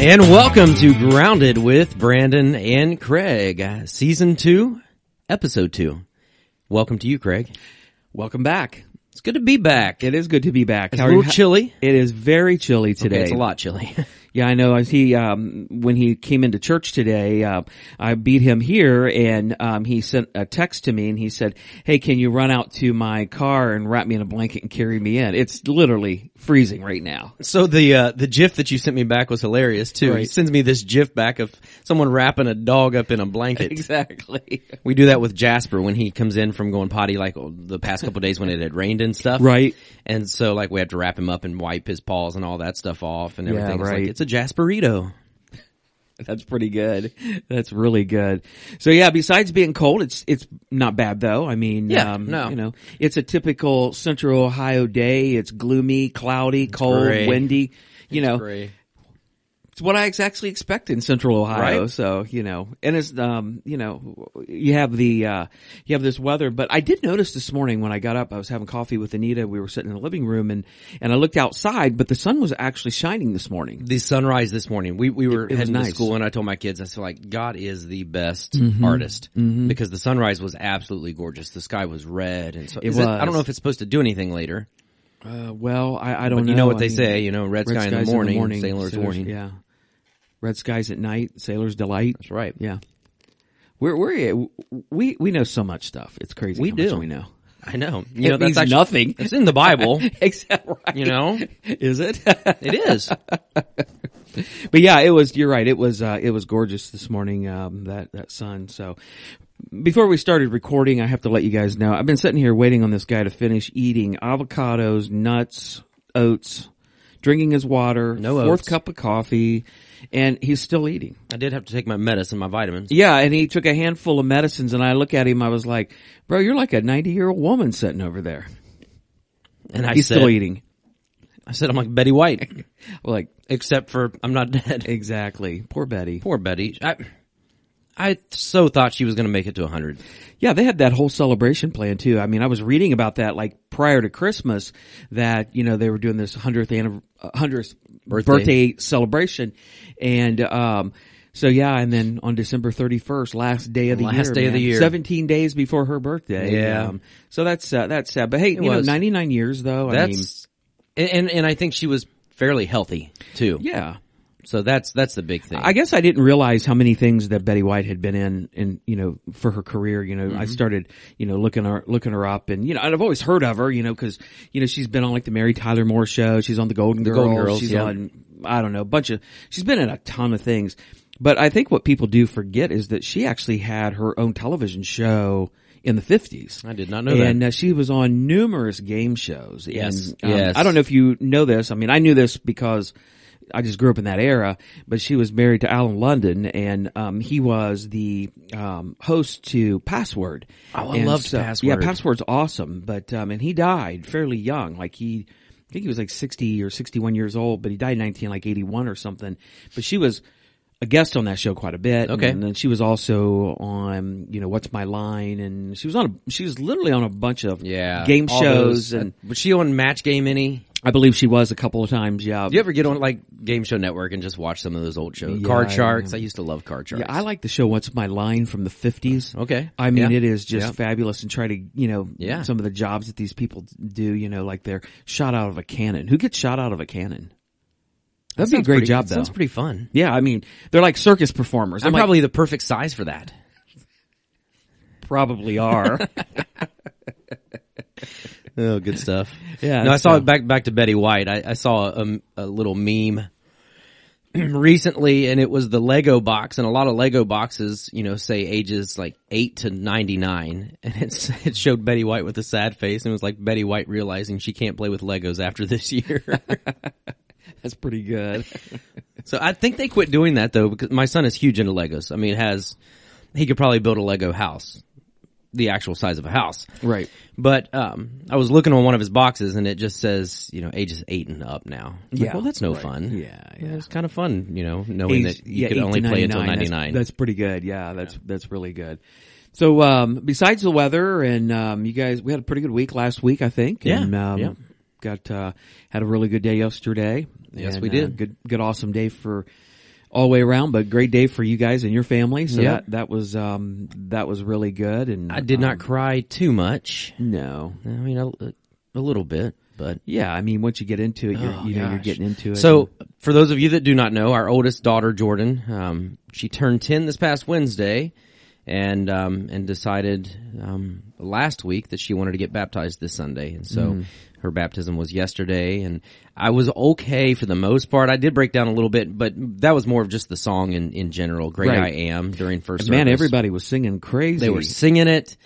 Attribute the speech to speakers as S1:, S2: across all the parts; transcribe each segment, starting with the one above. S1: And welcome to Grounded with Brandon and Craig, season two, episode two. Welcome to you, Craig.
S2: Welcome back.
S1: It's good to be back.
S2: It is good to be back.
S1: It's a little chilly.
S2: It is very chilly today.
S1: It's a lot chilly.
S2: Yeah, I know. I He um, when he came into church today, uh, I beat him here, and um, he sent a text to me, and he said, "Hey, can you run out to my car and wrap me in a blanket and carry me in? It's literally freezing right now."
S1: so the uh, the GIF that you sent me back was hilarious too. He
S2: Right.
S1: sends me this GIF back of someone wrapping a dog up in a blanket.
S2: Exactly.
S1: We do that with Jasper when he comes in from going potty, like oh, the past couple days when it had rained and stuff.
S2: Right.
S1: And so, like, we have to wrap him up and wipe his paws and all that stuff off and everything. It's like,
S2: right.
S1: it's a Jasperito.
S2: That's pretty good. That's really good. So yeah, besides being cold, it's it's not bad though. I mean,
S1: Yeah,
S2: um,
S1: no.
S2: you know, it's a typical Central Ohio day. It's gloomy, cloudy, cold,
S1: gray.
S2: windy. You know,
S1: Great.
S2: it's what I ex- actually expect in Central Ohio.
S1: Right.
S2: So you know, and it's um, you know, you have the uh, you have this weather. But I did notice this morning when I got up, I was having coffee with Anita. We were sitting in the living room, and and I looked outside, but the sun was actually shining this morning.
S1: the sunrise this morning. We we were
S2: was
S1: heading to
S2: nice. Mm-hmm.
S1: school, and I told my kids, I said, like, God is the best artist because the sunrise was absolutely gorgeous. The sky was red, and so
S2: It
S1: is I don't
S2: was.
S1: know if it's supposed to do anything later.
S2: Uh, well, I, I don't
S1: But
S2: know.
S1: you know what
S2: I
S1: they
S2: mean-
S1: say, you know, red,
S2: Red
S1: sky in the
S2: skies
S1: morning, sailor's
S2: sailors-
S1: warning.
S2: Yeah. Red skies at night, sailor's delight.
S1: That's right.
S2: Yeah. We're we're we we know so much stuff. It's crazy.
S1: We
S2: how much
S1: do.
S2: we know.
S1: I know. You
S2: It
S1: know,
S2: means nothing.
S1: It's in the Bible.
S2: Except right.
S1: you know,
S2: Is it? but
S1: it is.
S2: yeah, it was you're right. It was uh it was gorgeous this morning um that that sun. So before we started recording, I have to let you guys know. I've been sitting here waiting on this guy to finish eating avocados, nuts, oats, drinking his water,
S1: No
S2: fourth
S1: oats.
S2: cup of coffee, and he's still eating.
S1: I did have to take my medicine, my vitamins.
S2: Yeah, and he took a handful of medicines, and I look at him. I was like, "Bro, you're like a 90 year old woman sitting over there.
S1: And I
S2: He's
S1: said,
S2: still eating."
S1: I said, I'm like Betty White,
S2: Like
S1: except for I'm not dead.
S2: exactly, poor Betty.
S1: Poor Betty. I, I so thought she was going to make it to 100.
S2: Yeah, they had that whole celebration plan too. I mean, I was reading about that like prior to Christmas that, you know, they were doing this 100th anniv- uh, 100th
S1: Birthday.
S2: birthday. celebration. And, um, so yeah, and then on December 31st, last day of the
S1: Last
S2: year,
S1: day of the
S2: man.
S1: year.
S2: 17 days before her birthday.
S1: Yeah.
S2: so that's, uh, that's sad. But hey, you
S1: was.
S2: know, 99 years though. I mean,
S1: That's and, and and I think she was fairly healthy too.
S2: yeah.
S1: So that's that's the big thing.
S2: I guess I didn't realize how many things that Betty White had been in, and you know, for her career. You know, I
S1: Mm-hmm.
S2: started, you know, looking her looking her up, and you know, and I've always heard of her, you know, because you know she's been on like the Mary Tyler Moore Show, she's on the Golden Girls,
S1: Golden Girls,
S2: she's
S1: yeah.
S2: on, I don't know, a bunch of, she's been in a ton of things. But I think what people do forget is that she actually had her own television show in the fifties.
S1: I did not know that.
S2: and uh, she was on numerous game shows.
S1: Yes,
S2: and,
S1: yes.
S2: I don't know if you know this. I mean, I knew this because I just grew up in that era. But she was married to Alan London, and um, he was the um, host to Password.
S1: Oh, I
S2: And
S1: loved
S2: Yeah,
S1: Password.
S2: Password's awesome. But um, and he died fairly young. Like he. I think he was like 60 or 61 years old, but he died in 19, like 81 or something. But she was a guest on that show quite a bit.
S1: Okay.
S2: And then she was also on, you know, What's My Line? And she was on, a, she was literally on a bunch of
S1: yeah,
S2: game
S1: all
S2: shows.
S1: those-
S2: and
S1: uh, was she on Match Game any?
S2: I believe she was a couple of times. Yeah.
S1: Do you ever get on like Game Show Network and just watch some of those old shows?
S2: Yeah,
S1: Card
S2: I-
S1: Sharks. I used to love Card Sharks.
S2: Yeah, I like the show What's My Line from the 50s.
S1: Okay.
S2: I mean,
S1: Yeah.
S2: it is just
S1: Yeah.
S2: fabulous and try to, you know,
S1: Yeah.
S2: some of the jobs that these people do, you know, like they're shot out of a cannon. Who gets shot out of a cannon? That'd be a
S1: Sounds
S2: great
S1: pretty-
S2: job
S1: that
S2: though.
S1: Sounds pretty fun.
S2: yeah, I mean, they're like circus performers.
S1: I'm
S2: like,
S1: probably the perfect size for that.
S2: probably are.
S1: Oh, good stuff.
S2: Yeah,
S1: No, I saw
S2: so-
S1: it back back to Betty White. I, I saw a, a little meme recently, and it was the Lego box, and a lot of Lego boxes, you know, say ages like eight to ninety nine, and it's it showed Betty White with a sad face, and it was like Betty White realizing she can't play with Legos after this year.
S2: That's pretty good.
S1: so I think they quit doing that though, because my son is huge into Legos. I mean, has he could probably build a Lego house, the actual size of a house,
S2: Right.
S1: But um, I was looking on one of his boxes, and it just says, you know, ages eight and up now. I'm like,
S2: Yeah,
S1: well, that's no
S2: right.
S1: fun.
S2: Yeah, yeah.
S1: It was kind of fun, you know, knowing
S2: Age-
S1: that you
S2: yeah,
S1: could
S2: 8 to
S1: only play until
S2: 99.
S1: ninety
S2: That's-
S1: nine.
S2: That's, pretty good. Yeah, that's that's really good. So um, besides the weather and um, you guys, we had a pretty good week last week, I think.
S1: Yeah,
S2: And, um,
S1: yeah.
S2: Got uh, had a really good day yesterday.
S1: Yes,
S2: and,
S1: we
S2: Uh,
S1: did.
S2: good good awesome day for all the way around, but great day for you guys and your family. So
S1: Yeah.
S2: that, that was um, that was really good. And
S1: I did not
S2: um,
S1: cry too much.
S2: No.
S1: I mean, a, a little bit, but
S2: Yeah, I mean, once you get into it, you're,
S1: Oh,
S2: you know, you're
S1: gosh.
S2: getting into it.
S1: So, for those of you that do not know, our oldest daughter Jordan, um, she turned ten this past Wednesday, and um, and decided um, last week that she wanted to get baptized this Sunday, and so
S2: Mm.
S1: her baptism was yesterday. And I was okay for the most part. I did break down a little bit, but that was more of just the song in in general. Great
S2: Right.
S1: I am during first
S2: and, man,
S1: service.
S2: everybody was singing crazy.
S1: they were singing it.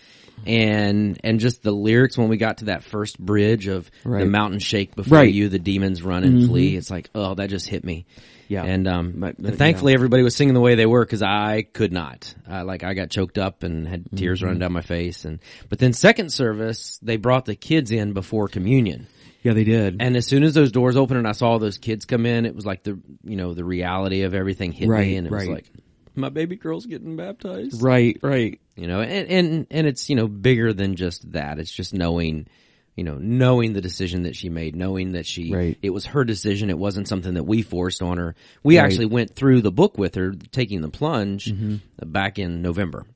S1: And and just the lyrics when we got to that first bridge of the
S2: Right.
S1: mountain shake before
S2: Right. Mm-hmm.
S1: you the demons run and flee it's like oh that just hit me
S2: Yeah.
S1: and um,
S2: But- uh,
S1: and thankfully everybody was singing the way they were because I could not. I, like I got choked up and had tears running
S2: Mm-hmm.
S1: down my face. And but then second service, they brought the kids in before communion,
S2: yeah, they did.
S1: and as soon as those doors opened and I saw those kids come in, it was like the you know the reality of everything hit
S2: Right,
S1: me, and it was
S2: right.
S1: like my baby girl's getting baptized
S2: right, right.
S1: you know and, and and it's you know bigger than just that it's just knowing you know knowing the decision that she made knowing that she
S2: Right.
S1: it was her decision it wasn't something that we forced on her we actually went through the book with her taking the plunge uh, back in november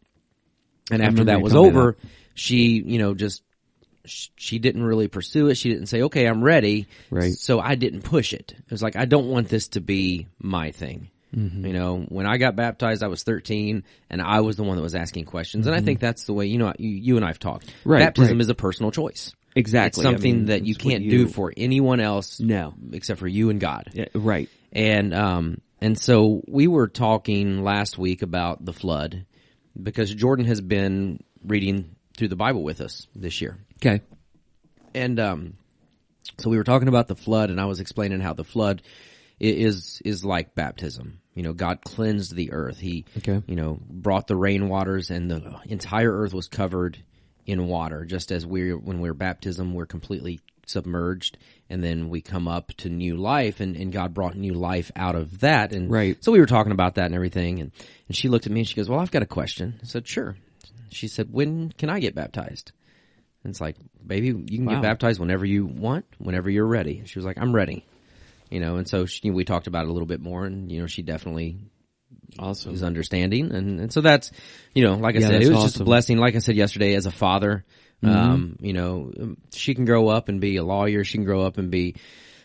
S1: and after
S2: Mm-hmm. remember
S1: that
S2: you
S1: was
S2: telling me
S1: over she you know just sh- she didn't really pursue it she didn't say okay i'm ready
S2: Right.
S1: so i didn't push it it was like i don't want this to be my thing
S2: Mm-hmm.
S1: you know when i got baptized i was 13 and i was the one that was asking questions and i think that's the way you know you, you and i've talked
S2: Mm-hmm. Right,
S1: baptism
S2: right.
S1: is a personal choice
S2: Exactly.
S1: it's
S2: I
S1: something
S2: mean,
S1: that you
S2: it's what
S1: can't
S2: you-
S1: do for anyone else
S2: No.
S1: except for you and god
S2: Yeah, right.
S1: and um and so we were talking last week about the flood because Jordan has been reading through the Bible with us this year.
S2: Okay.
S1: And um so we were talking about the flood and I was explaining how the flood i- is is like baptism. You know, God cleansed the earth. He
S2: Okay.
S1: you know, brought the rainwaters and the entire earth was covered in water just as we when we're baptism we're completely submerged and then we come up to new life and, and God brought new life out of that and
S2: Right.
S1: so we were talking about that and everything and, and she looked at me and she goes, "Well, I've got a question." I said, "Sure." She said, "When can I get baptized?" And it's like, baby, you can
S2: Wow.
S1: get baptized whenever you want, whenever you're ready. And she was like, I'm ready. You know, and so she, we talked about it a little bit more and, you know, she definitely
S2: Awesome.
S1: is understanding. And, and so that's, you know, like I
S2: Yeah,
S1: said, it was
S2: that's
S1: just a
S2: awesome. Mm-hmm.
S1: blessing. Like I said yesterday, as a father, um, you know, um, she can grow up and be a lawyer. She can grow up and be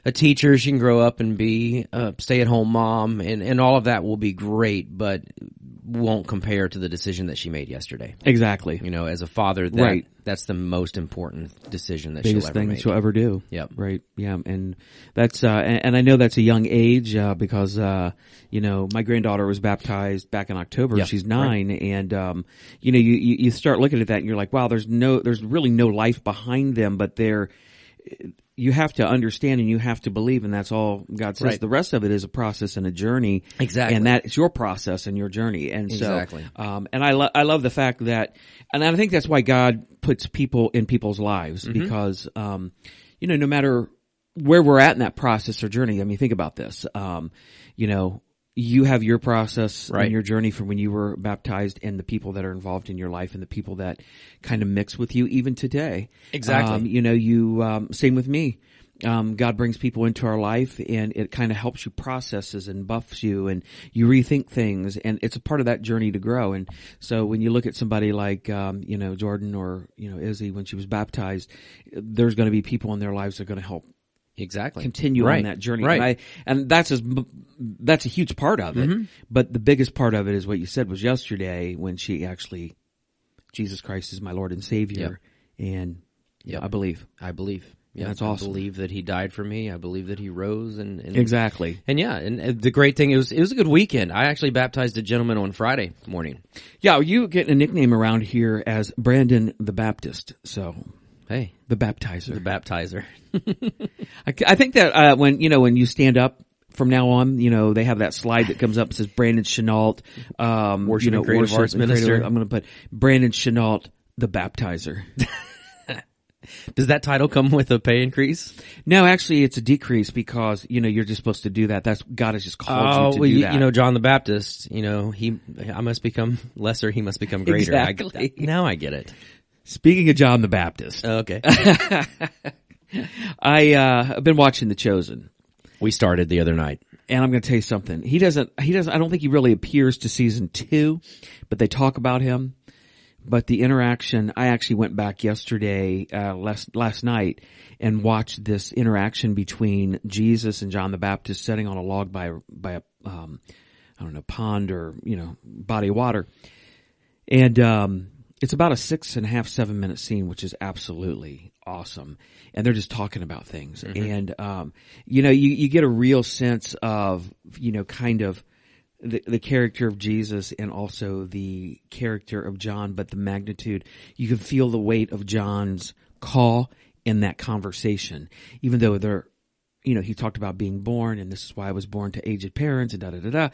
S1: a teacher. She can grow up and be a stay at home mom and, and all of that will be great, but won't compare to the decision that she made yesterday.
S2: Exactly.
S1: You know, as a father, that,
S2: Right.
S1: that's the most important decision that she'll
S2: biggest
S1: ever
S2: thing
S1: make.
S2: that you'll ever do.
S1: Yep.
S2: Right. Yeah. And that's uh, and, and I know that's a young age uh, because uh, you know my granddaughter was baptized back in October.
S1: Yeah.
S2: She's nine, and um, you know you you you start looking at that and you're like, wow, there's no there's really no life behind them, but they're you have to understand and you have to believe and that's all God says.
S1: Right.
S2: The rest of it is a process and a journey.
S1: Exactly.
S2: And that's your process and your journey. And so
S1: Exactly.
S2: um, and I, lo- I love the fact that, and I think that's why God puts people in people's lives
S1: Mm-hmm.
S2: because, um, you know, no matter where we're at in that process or journey, I mean, think about this. Um, you know, you have your process
S1: Right.
S2: and your journey from when you were baptized and the people that are involved in your life and the people that kind of mix with you even today.
S1: Exactly.
S2: Um, you know, you, um, same with me. Um, God brings people into our life and it kind of helps you processes and buffs you and you rethink things. And it's a part of that journey to grow. And so when you look at somebody like, um, you know, Jordan or, you know, Izzy, when she was baptized, there's going to be people in their lives that are going to help
S1: Exactly.
S2: continue
S1: right.
S2: on that journey.
S1: Right.
S2: And, I, and that's as, m- that's a huge part of it.
S1: Mm-hmm.
S2: But the biggest part of it is what you said was yesterday when she actually, Jesus Christ is my Lord and Savior. And yeah,
S1: Yep.
S2: I believe.
S1: I believe. Yeah,
S2: That's awesome.
S1: I believe that he died for me. I believe that he rose and, and
S2: Exactly.
S1: And yeah, and uh, the great thing it was it was a good weekend. I actually baptized a gentleman on Friday morning.
S2: Yeah, well, you get a nickname around here as Brandon the Baptist. So
S1: Hey,
S2: the baptizer.
S1: the baptizer.
S2: I, I think that uh, when you know when you stand up from now on, you know they have that slide that comes up and says Brandon Chenault, um,
S1: Worship
S2: you know,
S1: and Creative Arts
S2: and Creative-
S1: Minister.
S2: I'm going to put Brandon Chenault the baptizer.
S1: Does that title come with a pay increase?
S2: no, actually, it's a decrease because you know you're just supposed to do that. That's God has just called Oh, you to
S1: Oh, well,
S2: do
S1: you,
S2: that.
S1: you know John the Baptist. You know he, I must become lesser. He must become greater. I-
S2: Exactly.
S1: now I get it.
S2: Speaking of John the Baptist,
S1: Okay.
S2: I uh, have been watching The Chosen.
S1: we started the other night.
S2: And I'm going to tell you something. He doesn't, he doesn't, I don't think he really appears to season two, but they talk about him. But the interaction, I actually went back yesterday, uh, last, last night and watched this interaction between Jesus and John the Baptist sitting on a log by, by a, um, I don't know, pond or, you know, body of water. And, um, it's about a six and a half, seven minute scene, which is absolutely awesome. And they're just talking about things. And, um, you know, you, you get a real sense of, you know, kind of the, the character of Jesus and also the character of John, but the magnitude, you can feel the weight of John's call in that conversation, even though they're, you know, he talked about being born and this is why I was born to aged parents and da da da da.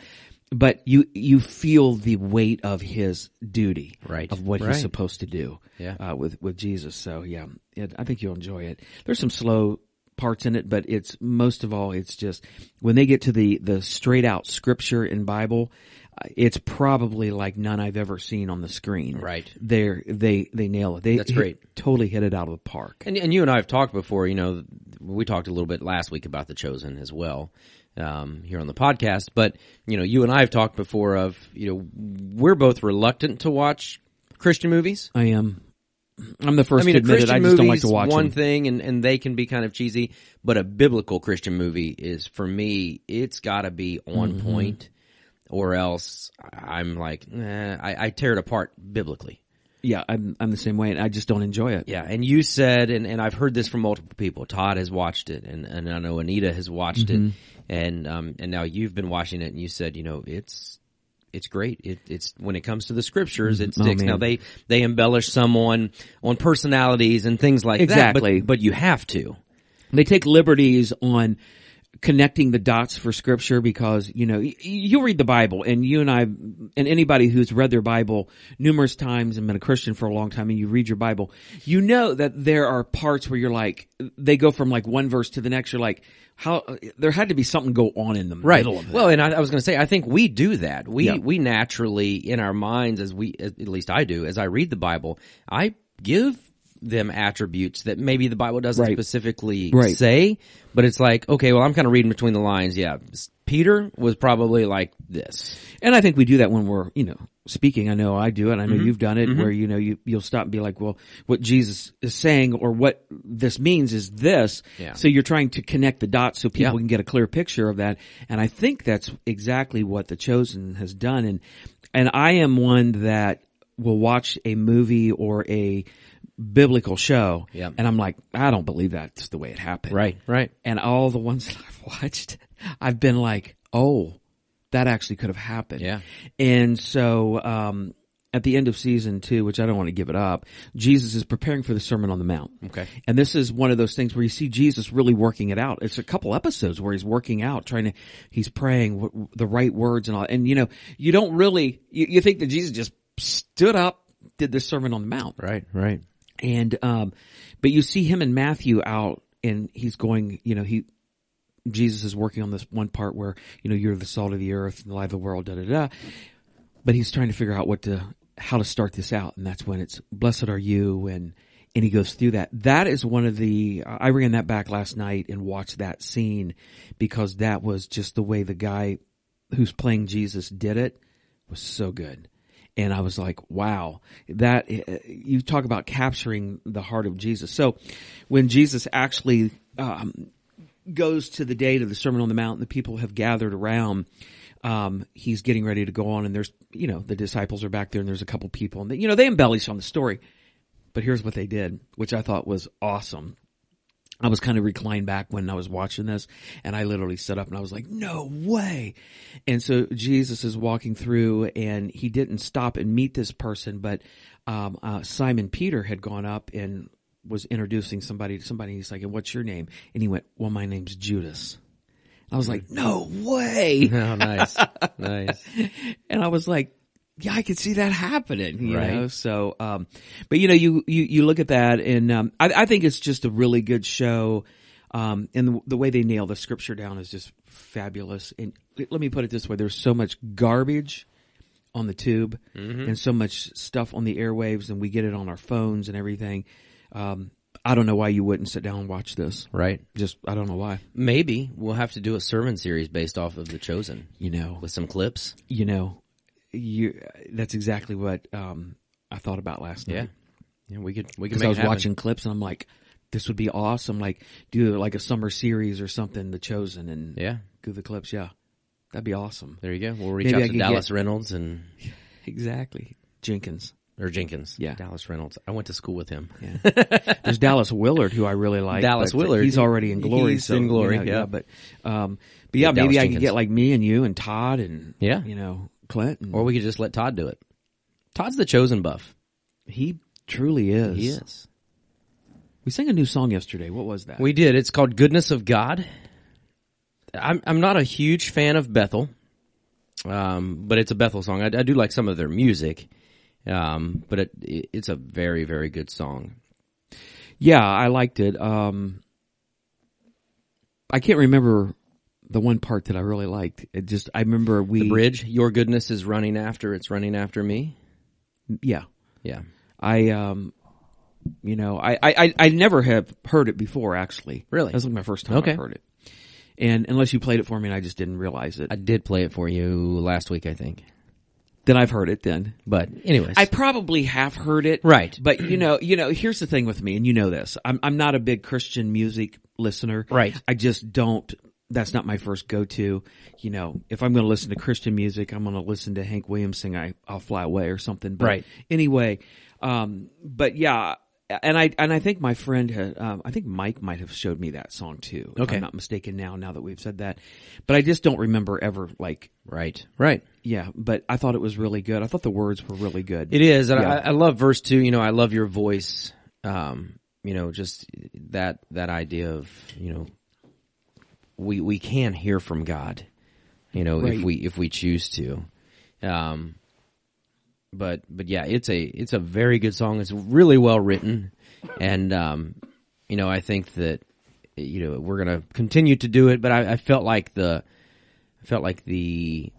S2: But you, you feel the weight of his duty.
S1: Right.
S2: Of what
S1: Right.
S2: he's supposed to do.
S1: Yeah.
S2: Uh, with, with Jesus. So yeah, it, I think you'll enjoy it. There's some slow parts in it, but it's most of all, it's just when they get to the, the straight out scripture and Bible, uh, it's probably like none I've ever seen on the screen.
S1: Right.
S2: They're, they, they nail it. They
S1: That's
S2: hit-
S1: great.
S2: totally hit it out of the park.
S1: And, and you and I have talked before, you know, we talked a little bit last week about The Chosen as well, um, here on the podcast, but, you know, you and I have talked before of, you know, we're both reluctant to watch Christian movies.
S2: I am. I'm the first
S1: I mean,
S2: to
S1: a
S2: admit
S1: Christian
S2: it. I
S1: movie
S2: just don't like to watch
S1: one
S2: them.
S1: thing, and, and they can be kind of cheesy. But a biblical Christian movie is for me, it's got to be on
S2: Mm-hmm.
S1: point, or else I'm like, nah, I, I tear it apart biblically.
S2: yeah, I'm I'm the same way, and I just don't enjoy it.
S1: Yeah, and you said, and, and I've heard this from multiple people. Todd has watched it, and, and I know Anita has watched
S2: Mm-hmm.
S1: it, and um, and now you've been watching it, and you said, you know, it's it's great. It, it's when it comes to the scriptures, it sticks.
S2: Oh, man.
S1: now they they embellish some on on personalities and things like
S2: Exactly.
S1: that, but, but you have to.
S2: They take liberties on connecting the dots for scripture because you know y- you read the bible and you and i and anybody who's read their bible numerous times and been a christian for a long time and you read your bible you know that there are parts where you're like they go from like one verse to the next you're like how there had to be something go on in the middle of it
S1: Well, and I, I was going to say, I think we do that. We
S2: Yeah.
S1: we naturally in our minds, as we at least I do, as I read the Bible, I give them attributes that maybe the Bible doesn't
S2: Right.
S1: specifically
S2: Right.
S1: say, but it's like, okay, well, I'm kind of reading between the lines. Yeah, S- Peter was probably like this.
S2: And I think we do that when we're, you know, speaking. I know I do it. I know
S1: Mm-hmm.
S2: you've done it where, you know, you, you'll stop and be like, well, what Jesus is saying or what this means is this.
S1: Yeah.
S2: So you're trying to connect the dots so people can get a clear picture of that. And I think that's exactly what the chosen has done. And, and I am one that will watch a movie or a biblical show.
S1: Yeah.
S2: And I'm like, I don't believe that's the way it happened
S1: right.
S2: and all the ones that I've watched, I've been like, oh, that actually could have happened.
S1: Yeah.
S2: And so, um, at the end of season two, which I don't want to give it up, Jesus is preparing for the Sermon on the Mount.
S1: Okay.
S2: And this is one of those things where you see Jesus really working it out. It's a couple episodes where he's working out, trying to, he's praying w- the right words and all. And you know, you don't really, you, you think that Jesus just stood up, did the Sermon on the Mount.
S1: Right, right.
S2: And um but you see him and Matthew out and he's going, you know, he Jesus is working on this one part where, you know, you're the salt of the earth and the light of the world, da da da. But he's trying to figure out what to how to start this out, and that's when it's blessed are you and and he goes through that. That is one of the I ran that back last night and watched that scene because that was just the way the guy who's playing Jesus did it was so good. And I was like, wow, that eh, you talk about capturing the heart of Jesus. So when Jesus actually um, goes to the date of the Sermon on the Mount and the people have gathered around, um, he's getting ready to go on and there's, you know, the disciples are back there and there's a couple people and they, you know, they embellish on the story. But here's what they did, which I thought was awesome. I was kind of reclined back when I was watching this and I literally stood up and I was like, no way. And so Jesus is walking through and he didn't stop and meet this person, but, um, uh, Simon Peter had gone up and was introducing somebody to somebody. He's like, and what's your name? And he went, well, my name's Judas. I was like, no way.
S1: Oh, nice, nice.
S2: and I was like, yeah, I could see that happening, you
S1: Right.
S2: know? So, um, but you know, you, you, you look at that and, um, I, I think it's just a really good show. Um, and the, the way they nail the scripture down is just fabulous. And let let me put it this way. There's so much garbage on the tube and so much stuff on the airwaves and we get it on our phones and everything. Um, I don't know why you wouldn't sit down and watch this.
S1: right?
S2: Just I don't know why.
S1: Maybe we'll have to do a sermon series based off of The Chosen
S2: You know,
S1: with some clips.
S2: you know, you. That's exactly what um, I thought about last
S1: Yeah,
S2: night.
S1: yeah, we could we could
S2: because
S1: make
S2: I was
S1: it happen.
S2: watching clips and I'm like, this would be awesome. Like do like a summer series or something. The Chosen and
S1: Yeah,
S2: do the clips. Yeah, that'd be awesome.
S1: there you go. We'll reach
S2: Maybe
S1: out
S2: I
S1: to
S2: could
S1: Dallas Reynolds and
S2: Exactly, Jenkins.
S1: or Jenkins.
S2: Yeah.
S1: Dallas Reynolds. I went to school with him.
S2: Yeah. There's Dallas Willard, who I really like.
S1: Dallas
S2: but
S1: Willard.
S2: He's already in glory.
S1: He's
S2: so,
S1: in
S2: you
S1: Glory,
S2: know,
S1: yeah.
S2: But, um, but yeah,
S1: Yeah,
S2: maybe
S1: Dallas
S2: I
S1: Jenkins.
S2: could get like me and you and Todd and,
S1: Yeah.
S2: you know, Clint. And
S1: Or we could just let Todd do it. Todd's the chosen buff.
S2: he truly is.
S1: He is.
S2: We sang a new song yesterday. What was that?
S1: We did. It's called Goodness of God. I'm I'm not a huge fan of Bethel, um, but it's a Bethel song. I, I do like some of their music, um, but it, it, it's a very very good song.
S2: yeah, I liked it. Um, I can't remember the one part that I really liked. It just, I remember we.
S1: The bridge, your goodness is running after it's running after me.
S2: Yeah.
S1: Yeah,
S2: I, um, you know, I, I, I- I never have heard it before, actually.
S1: Really?
S2: That's like my first time
S1: Okay.
S2: i heard it. And unless you played it for me and I just didn't realize it,
S1: I did play it for you last week, I think.
S2: then I've heard it then.
S1: But anyways,
S2: I probably have heard it.
S1: Right.
S2: But you know, you know, here's the thing with me, and you know this. I'm, I'm not a big Christian music listener.
S1: Right.
S2: I just don't, that's not my first go-to. You know, if I'm going to listen to Christian music, I'm going to listen to Hank Williams sing I, I'll Fly Away or something. But
S1: Right.
S2: anyway, um, but yeah, and I, and I think my friend had, um, I think Mike might have showed me that song too. If
S1: Okay.
S2: I'm not mistaken now, now that we've said that, but I just don't remember ever like,
S1: right, right.
S2: yeah, but I thought it was really good. I thought the words were really good.
S1: It is, and
S2: Yeah.
S1: I, I love verse two. You know, I love your voice. Um, you know, just that that idea of you know, we we can hear from God. You know, if
S2: Right.
S1: we if we choose to. Um, but but yeah, it's a it's a very good song. It's really well written, and um, you know, I think that you know we're gonna continue to do it. But I, I felt like the I felt like the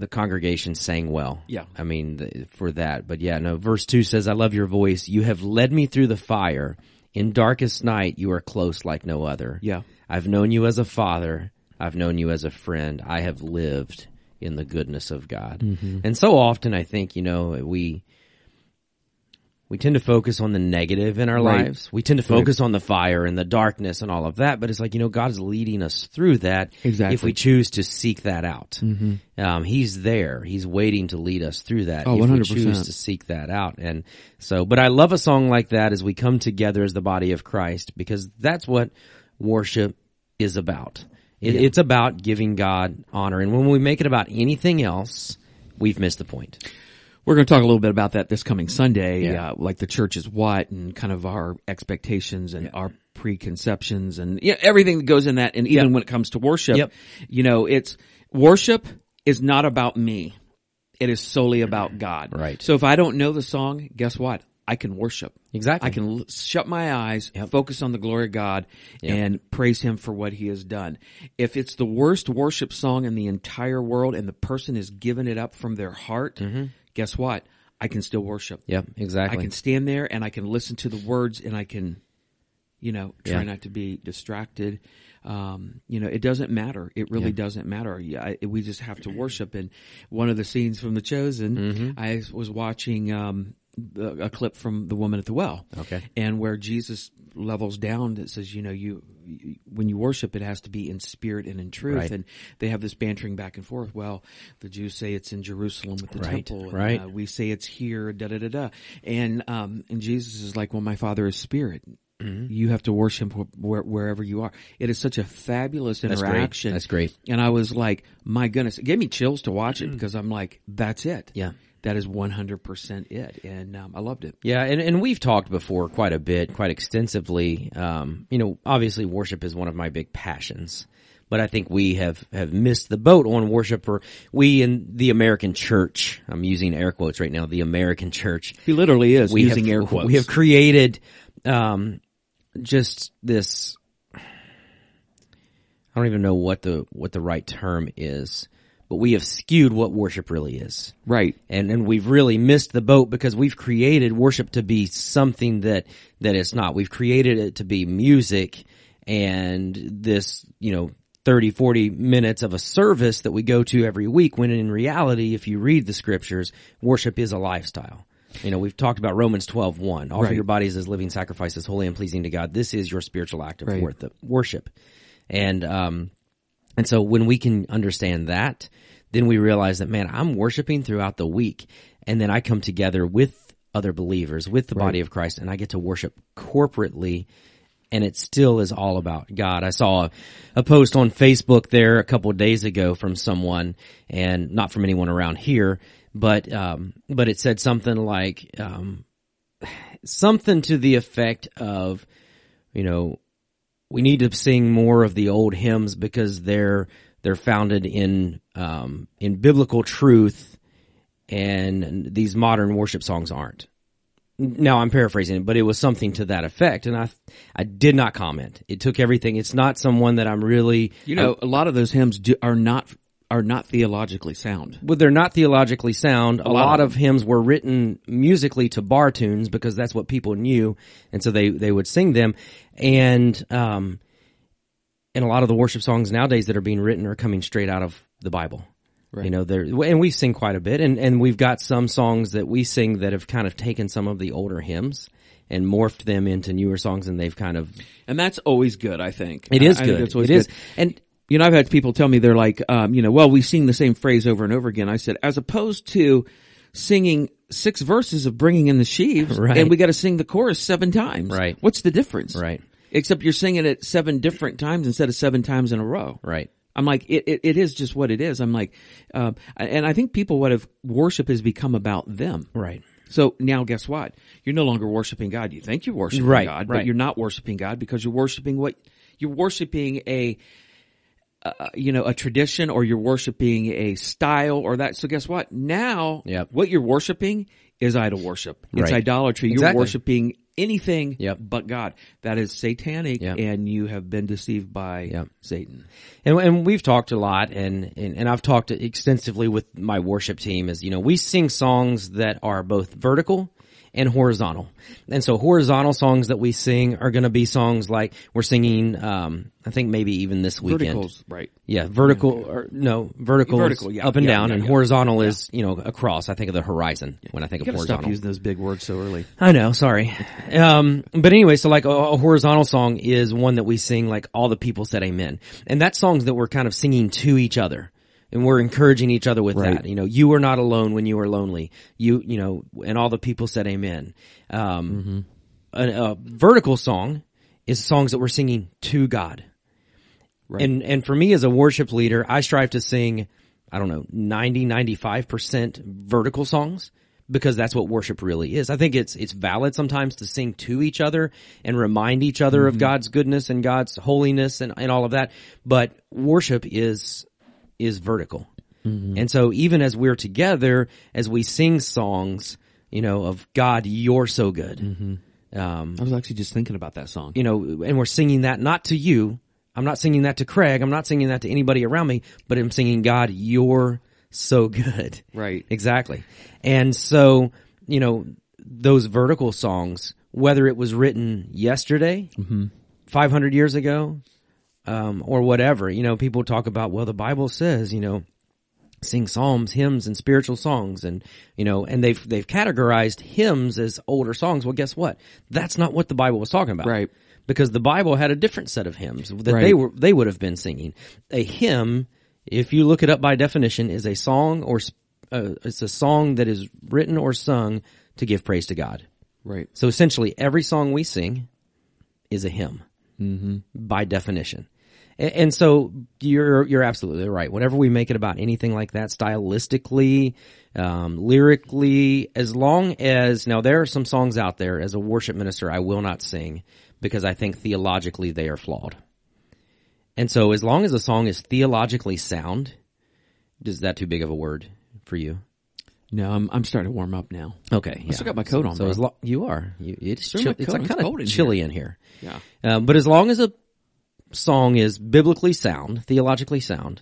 S1: the congregation sang well.
S2: Yeah.
S1: I mean the, for that. But yeah, no. Verse two says, "I love your voice. You have led me through the fire. In darkest night, you are close like no other.
S2: Yeah.
S1: I've known you as a father. I've known you as a friend. I have lived in the goodness of God.
S2: Mm-hmm.
S1: And so often, I think you know we we tend to focus on the negative in our
S2: Right.
S1: lives. We tend to focus on the fire and the darkness and all of that. But it's like you know, God is leading us through that.
S2: Exactly. Mm-hmm.
S1: If we choose to seek that out, um, He's there. He's waiting to lead us through that.
S2: Oh,
S1: if we
S2: 100%.
S1: choose to seek that out. And so, but I love a song like that as we come together as the body of Christ because that's what worship is about. It, It's about giving God honor. And when we make it about anything else, we've missed the point.
S2: We're going to talk a little bit about that this coming Sunday,
S1: Yeah.
S2: uh, like the church is what and kind of our expectations and our preconceptions and you know, everything that goes in that. And even when it comes to worship,
S1: Yep.
S2: you know, it's worship is not about me. It is solely about God.
S1: Right.
S2: So if I don't know the song, guess what? I can worship.
S1: Exactly.
S2: I can l- shut my eyes, focus on the glory of God, and praise Him for what He has done. If it's the worst worship song in the entire world and the person is giving it up from their heart, guess what? I can still worship.
S1: Yep.
S2: I
S1: Exactly.
S2: can stand there and I can listen to the words and I can, you know, try
S1: Yeah.
S2: not to be distracted. Um, you know, it doesn't matter. It really doesn't matter. Yeah, I, we just have to worship. And one of the scenes from The Chosen,
S1: Mm-hmm.
S2: I was watching um, the, a clip from The Woman at the Well.
S1: Okay.
S2: And where Jesus levels down that says, you know, you, you when you worship, it has to be in spirit and in truth.
S1: Right.
S2: And they have this bantering back and forth. Well, the Jews say it's in Jerusalem with the
S1: Right,
S2: temple. and,
S1: right.
S2: uh, we say it's here, da da da da. And um, and Jesus is like, well, my Father is spirit.
S1: Mm-hmm.
S2: You have to worship him wh- where, wherever you are. It is such a fabulous
S1: That's great.
S2: interaction.
S1: That's great. Mm.
S2: And I was like, my goodness, it gave me chills to watch it because I'm like, that's it.
S1: Yeah.
S2: That is 100% it. And um, I loved it.
S1: Yeah, and, and we've talked before quite a bit, quite extensively. Um, you know, obviously worship is one of my big passions, but I think we have, have missed the boat on worship or we in the American church, I'm using air quotes right now, the American church,
S2: He literally is
S1: we
S2: using
S1: have,
S2: air quotes.
S1: We have created, um, just this, I don't even know what the, what the right term is, but we have skewed what worship really is.
S2: Right.
S1: And and we've really missed the boat because we've created worship to be something that that it's not. We've created it to be music and this, you know, 30 40 minutes of a service that we go to every week when in reality if you read the scriptures, worship is a lifestyle. You know, we've talked about Romans 12, Offer
S2: Right.
S1: your bodies as living sacrifices, holy and pleasing to God. This is your spiritual act of
S2: Right.
S1: worth worship. And, um, and so when we can understand that, then we realize that, man, I'm worshiping throughout the week. And then I come together with other believers, with the body of Christ, and I get to worship corporately. And it still is all about God. I saw a, a post on Facebook there a couple of days ago from someone and not from anyone around here, but, um, but it said something like, um, something to the effect of, you know, we need to sing more of the old hymns because they're they're founded in um, in biblical truth, and these modern worship songs aren't. Now I'm paraphrasing it, but it was something to that effect, and I I did not comment. It took everything. It's not someone that I'm really
S2: You know, a lot of those hymns do, are not are not theologically sound.
S1: well, they're not theologically sound. A, lot,
S2: lot
S1: of hymns were written musically to bar tunes because that's what people knew, and so they they would sing them. And um, and a lot of the worship songs nowadays that are being written are coming straight out of the Bible. You know, there and we sing quite a bit, and and we've got some songs that we sing that have kind of taken some of the older hymns and morphed them into newer songs, and they've kind of
S2: And that's always good, I think.
S1: it is
S2: I- I think
S1: good.
S2: that's always
S1: It is,
S2: good.
S1: and
S2: You know, I've had people tell me they're like, um, you know, well, we sing the same phrase over and over again. I said, as opposed to singing six verses of bringing in the sheaves,
S1: Right.
S2: and we got to sing the chorus seven times.
S1: Right.
S2: What's the difference?
S1: Right.
S2: Except you're singing it seven different times instead of seven times in a row.
S1: right.
S2: I'm like, it, it, it is just what it is. I'm like, um, and I think people what have worship has become about them.
S1: Right.
S2: So now guess what? You're no longer worshiping God. You think you're worshiping
S1: Right,
S2: God,
S1: right.
S2: but you're not worshiping God because you're worshiping what you're worshiping a uh, you know, a tradition or you're worshiping a style or that. So guess what? Now
S1: Yep.
S2: what you're worshiping is idol worship. It's
S1: Right.
S2: idolatry. You're
S1: Exactly.
S2: worshiping anything
S1: Yep.
S2: but God. That is satanic
S1: Yep.
S2: and you have been deceived by Satan.
S1: And, and we've talked a lot and, and, and I've talked extensively with my worship team is, you know, we sing songs that are both vertical and horizontal. And so horizontal songs that we sing are going to be songs like we're singing, um, I think maybe even this weekend.
S2: Verticals, right.
S1: Yeah, vertical or no, vertical,
S2: Vertical,
S1: is
S2: yeah,
S1: up and
S2: yeah,
S1: down
S2: yeah,
S1: and
S2: yeah.
S1: horizontal is, you know, across. I think of the horizon when I think of
S2: Gotta stop
S1: horizontal.
S2: using those big words so early.
S1: I know, sorry. Um, but anyway, so like a, a horizontal song is one that we sing like all the people said amen. And that's songs that we're kind of singing to each other. And we're encouraging each other with that. You know, you were not alone when you were lonely. You, you know, and all the people said amen. Um, a, a vertical song is songs that we're singing to God.
S2: Right.
S1: And, and for me as a worship leader, I strive to sing, I don't know, 90, 95% vertical songs because that's what worship really is. I think it's, it's valid sometimes to sing to each other and remind each other of God's goodness and God's holiness and, and all of that. But worship is, is vertical. And so even as we're together, as we sing songs, you know, of God, you're so good. Um,
S2: I was actually just thinking about that song.
S1: you know, and we're singing that not to you. I'm not singing that to Craig. I'm not singing that to anybody around me, but I'm singing, God, you're so good.
S2: Right.
S1: Exactly. And so, you know, those vertical songs, whether it was written yesterday, 500 years ago, um, or whatever, you know, people talk about, well, the Bible says, you know, sing psalms, hymns, and spiritual songs, and you know, and they've they've categorized hymns as older songs. Well, guess what? That's not what the Bible was talking about,
S2: Right.
S1: Because the Bible had a different set of hymns that they
S2: Right.
S1: were they would have been singing. A hymn, if you look it up by definition, is a song or s- uh, it's a song that is written or sung to give praise to God.
S2: Right.
S1: So essentially, every song we sing is a hymn by definition. And, and so you're you're absolutely right. Whenever we make it about anything like that, stylistically, um, lyrically, as long as now there are some songs out there as a worship minister I will not sing because I think theologically they are flawed. And so as long as a song is theologically sound, is that too big of a word for you?
S2: No, I'm I'm starting to warm up now.
S1: Okay, yeah.
S2: still got my coat on,
S1: So
S2: bro.
S1: as lo- you are, you, it's
S2: Still
S1: chill,
S2: my
S1: it's
S2: coat.
S1: like
S2: It's
S1: kind
S2: cold in
S1: of
S2: here.
S1: chilly in here.
S2: Yeah.
S1: Um, but as long as a song is biblically sound, theologically sound,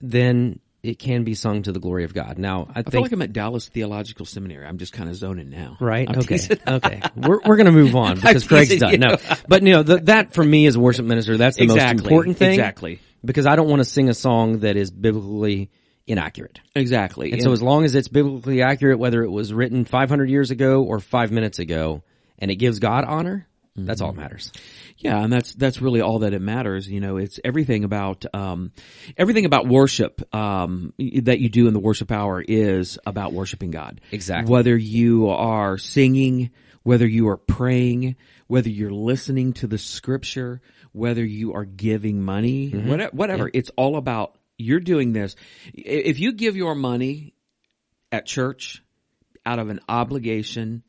S1: then it can be sung to the glory of God. Now, I,
S2: I feel
S1: think
S2: like I'm at Dallas Theological Seminary. I'm just kind of zoning now.
S1: Right.
S2: I'm
S1: okay.
S2: teasing.
S1: okay. We're we're gonna move on because Craig's
S2: teasing
S1: done.
S2: you.
S1: No, but you know th- that for me as a worship minister, that's the
S2: Exactly.
S1: most important thing.
S2: Exactly.
S1: Because I don't want to sing a song that is biblically inaccurate.
S2: Exactly.
S1: And so as long as it's biblically accurate, whether it was written 500 years ago or five minutes ago, and it gives God honor, that's
S2: Mm-hmm.
S1: all that matters.
S2: Yeah, and that's that's really all that it matters. You know, it's everything about um, everything about worship um, y- that you do in the worship hour is about worshiping God.
S1: Exactly.
S2: Whether you are singing, whether you are praying, whether you're listening to the Scripture, whether you are giving money,
S1: Mm-hmm.
S2: whate- whatever, it's all about you're doing this. I- If you give your money at church out of an obligation.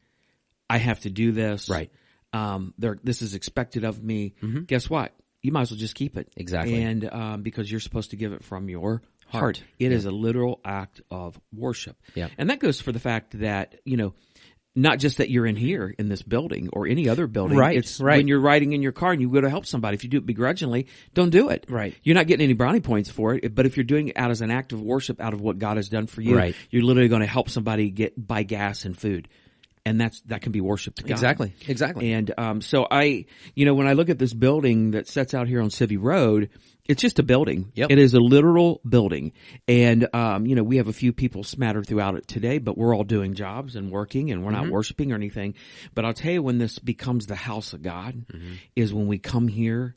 S2: I have to do this.
S1: Right. Mm-hmm.
S2: Um, there, this is expected of me. Guess what? You might as well just keep it.
S1: Exactly.
S2: And, um, because you're supposed to give it from your heart.
S1: Heart.
S2: It is a literal act of worship.
S1: Yeah.
S2: And that goes for the fact that, you know, not just that you're in here in this building or any other building.
S1: Right,
S2: It's
S1: right.
S2: when you're riding in your car and you go to help somebody. If you do it begrudgingly, don't do it.
S1: Right.
S2: You're not getting any brownie points for it. But if you're doing it out as an act of worship out of what God has done for you,
S1: Right.
S2: you're literally going to help somebody get buy gas and food, and that's that can be worship to God.
S1: Exactly. Exactly.
S2: And um, so I, you know, when I look at this building that sets out here on Civvy Road, it's just a building.
S1: Yep.
S2: It is a literal building, and um, you know, we have a few people smattered throughout it today, but we're all doing jobs and working, and we're
S1: Mm-hmm.
S2: not worshiping or anything. But I'll tell you, when this becomes the house of God,
S1: Mm-hmm.
S2: is when we come here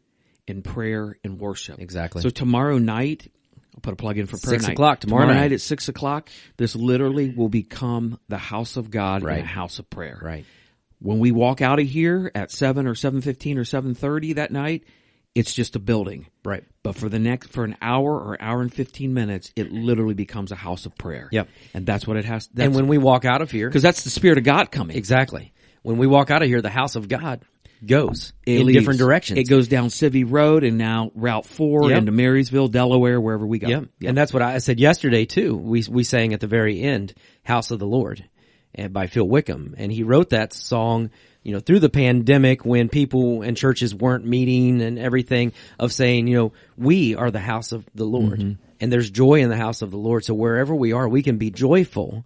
S2: in prayer and worship.
S1: Exactly.
S2: So tomorrow night. I'll put a plug in for prayer
S1: Six
S2: night.
S1: o'clock tomorrow
S2: tomorrow
S1: night.
S2: night at six o'clock. This literally will become the house of God
S1: Right.
S2: and the house of prayer
S1: Right.
S2: when we walk out of here at 7 or 7.15 or 7.30 that night it's just a building
S1: Right.
S2: but for the next for an hour or hour and 15 minutes it literally becomes a house of prayer
S1: Yep.
S2: and that's what it has that's,
S1: And when we walk out of here,
S2: because that's the spirit of god coming
S1: exactly, when we walk out of here, the house of God goes
S2: It
S1: in
S2: leaves.
S1: different directions.
S2: it goes down civvy road and now route 4
S1: Yep.
S2: into marysville delaware wherever we go
S1: Yeah. And that's what I said yesterday too. We, we sang at the very end, House of the Lord and by Phil Wickham. And he wrote that song, you know, through the pandemic when people and churches weren't meeting and everything of saying, you know, we are the house of the Lord
S2: Mm-hmm.
S1: and there's joy in the house of the Lord. So wherever we are, we can be joyful,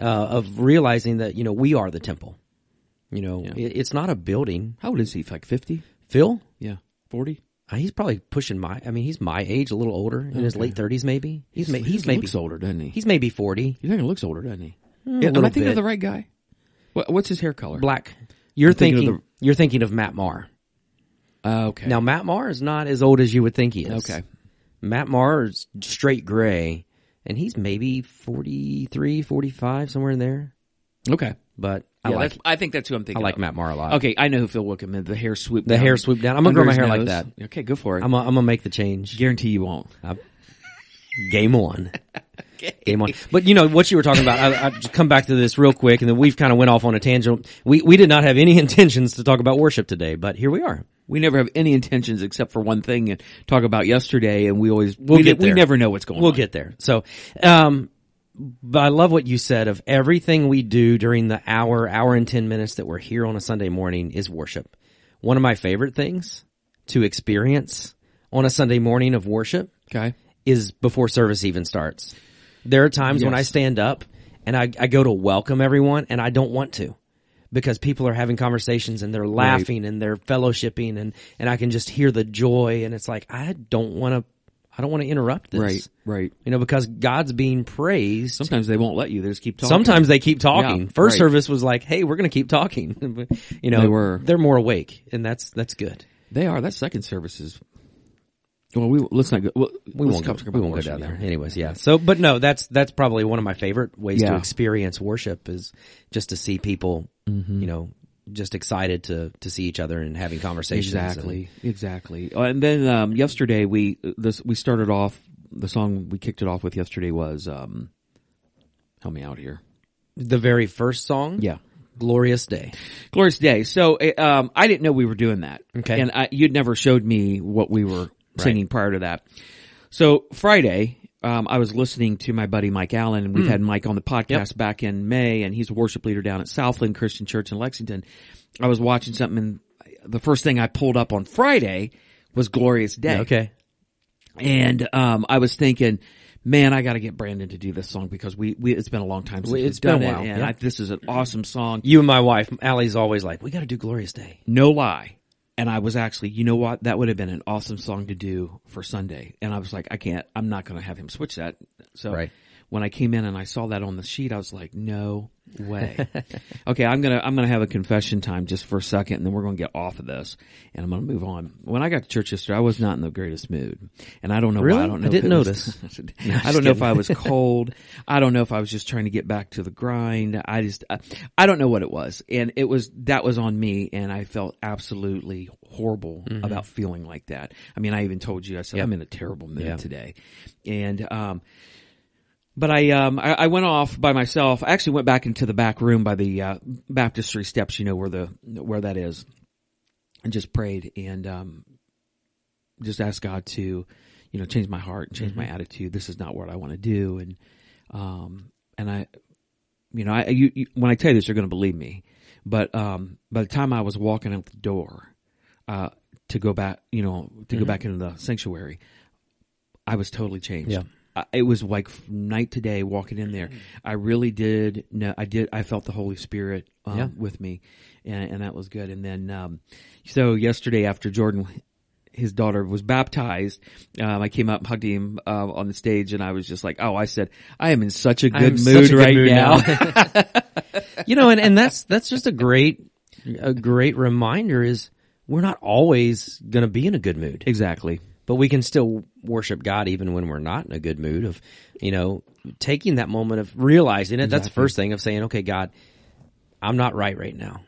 S1: uh, of realizing that, you know, we are the temple. You know, it, it's not a building.
S2: how old is he like 50
S1: Phil,
S2: yeah 40
S1: uh, he's probably pushing my, I mean, he's my age, a little older in his late thirties, maybe. He's, ma- he's
S2: he
S1: maybe
S2: looks older doesn't he
S1: He's maybe 40.
S2: you think he looks older doesn't he
S1: a
S2: yeah, am
S1: little
S2: i thinking
S1: bit.
S2: of the right guy what, what's his hair color
S1: Black. You're
S2: thinking
S1: thinking,
S2: of
S1: you're thinking of Matt Marr.
S2: uh, okay
S1: Now Matt Marr is not as old as you would think he is.
S2: Okay.
S1: Matt Marr is straight gray and he's maybe 43, 45 somewhere in there,
S2: okay
S1: but I
S2: Yeah,
S1: like
S2: that's- I think that's who I'm
S1: I
S2: thinking.
S1: like
S2: of.
S1: Matt Marr a lot.
S2: Okay, I know who Phil Wickham is. The hair swoop. The
S1: hair swoop down. I'm gonna grow my hair like that.
S2: Okay, go for it.
S1: I'm gonna- I'm gonna make the change.
S2: guarantee you won't.
S1: Game on. Game on. But you know what you were talking about. I, I just come back to this real quick, and then we've kind of went off on a tangent. We we did not have any intentions to talk about worship today, but here we are.
S2: We never have any intentions except for one thing and talk about yesterday, and we always
S1: We'll
S2: we,
S1: get
S2: we
S1: there.
S2: never know what's going
S1: We'll
S2: on.
S1: get there. So, um, but I love what you said of everything we do during the hour, hour and 10 minutes that we're here on a Sunday morning is worship. One of my favorite things to experience on a Sunday morning of worship
S2: okay.
S1: is before service even starts. There are times when I stand up and I, I go to welcome everyone and I don't want to because people are having conversations and they're laughing and they're fellowshipping and, and I can just hear the joy and it's like, I don't want to, I don't want to interrupt this.
S2: Right. Right.
S1: You know, because God's being praised.
S2: Sometimes they won't let you. They just keep talking.
S1: Sometimes they keep talking.
S2: Yeah,
S1: First
S2: right.
S1: service was like, "Hey, we're going to keep talking." you know,
S2: They were.
S1: they're more awake, and that's that's good.
S2: they are. That second service is. Well, we let's not go. Well,
S1: We won't, go, we won't go down there. Anyways, yeah. So, but no, that's that's probably one of my favorite ways to
S2: Yeah.
S1: experience worship is just to see people,
S2: Mm-hmm.
S1: you know, just excited to to see each other and having conversations. and-
S2: Exactly, exactly. Uh, And then um, yesterday we this we started off the song we kicked it off with yesterday was um, help me out here.
S1: the very first song,
S2: Yeah.
S1: "Glorious Day."
S2: Glorious Day. So uh, um, I didn't know we were doing that.
S1: Okay.
S2: And I, you'd never showed me what we were singing prior to that. So Friday, um, I was listening to my buddy Mike Allen, and we've had Mike on the podcast back in May, and he's a worship leader down at Southland Christian Church in Lexington. I was watching something, and the first thing I pulled up on Friday was Glorious Day.
S1: Okay,
S2: And um, I was thinking, man, I got to get Brandon to do this song because we, we it's been a long time since
S1: Well,
S2: we've
S1: it's been
S2: done
S1: a
S2: it,
S1: while,
S2: and
S1: yeah.
S2: I, this is an awesome song.
S1: You and my wife, Allie's always like, we got to do Glorious Day.
S2: No lie. And I was actually, you know what? That would have been an awesome song to do for Sunday. And I was like, I can't, I'm not going to have him switch that. So
S1: Right.
S2: when I came in and I saw that on the sheet, I was like, no way. okay. I'm going to, I'm going to have a confession time just for a second and then we're going to get off of this and I'm going to move on. When I got to church yesterday, I was not in the greatest mood and I don't know why.
S1: Really?
S2: I don't
S1: I
S2: know. if
S1: didn't
S2: it was-
S1: notice.
S2: I don't know if I was cold. I don't know if I was just trying to get back to the grind. I just, I, I don't know what it was. And it was, that was on me. And I felt absolutely horrible about feeling like that. I mean, I even told you, I said, I'm in a terrible mood
S1: Yeah.
S2: today. And, um, but I, um, I, I went off by myself. I actually went back into the back room by the, uh, baptistry steps, you know, where the, where that is and just prayed and, um, just asked God to, you know, change my heart and change my attitude. This is not what I want to do. And, um, and I, you know, I, you, you, when I tell you this, you're going to believe me. But, um, by the time I was walking out the door, uh, to go back, you know, to go
S1: Mm-hmm.
S2: back into the sanctuary, I was totally changed.
S1: Yeah.
S2: I, it was like f- night to day walking in there. I really did. No, I did. I felt the Holy Spirit um,
S1: Yeah.
S2: with me, and, and that was good. And then, um, so yesterday after Jordan, his daughter was baptized, um, I came up and hugged him uh, on the stage, and I was just like, "Oh, I said I am in such a
S1: I am
S2: good
S1: such a
S2: mood
S1: good
S2: right
S1: mood
S2: now."
S1: you know, and, and that's, that's just a great, a great reminder is we're not always going to be in a good mood.
S2: exactly.
S1: but we can still worship God even when we're not in a good mood of, you know, taking that moment of realizing it. That's the first thing of saying, okay, God, I'm not right right now.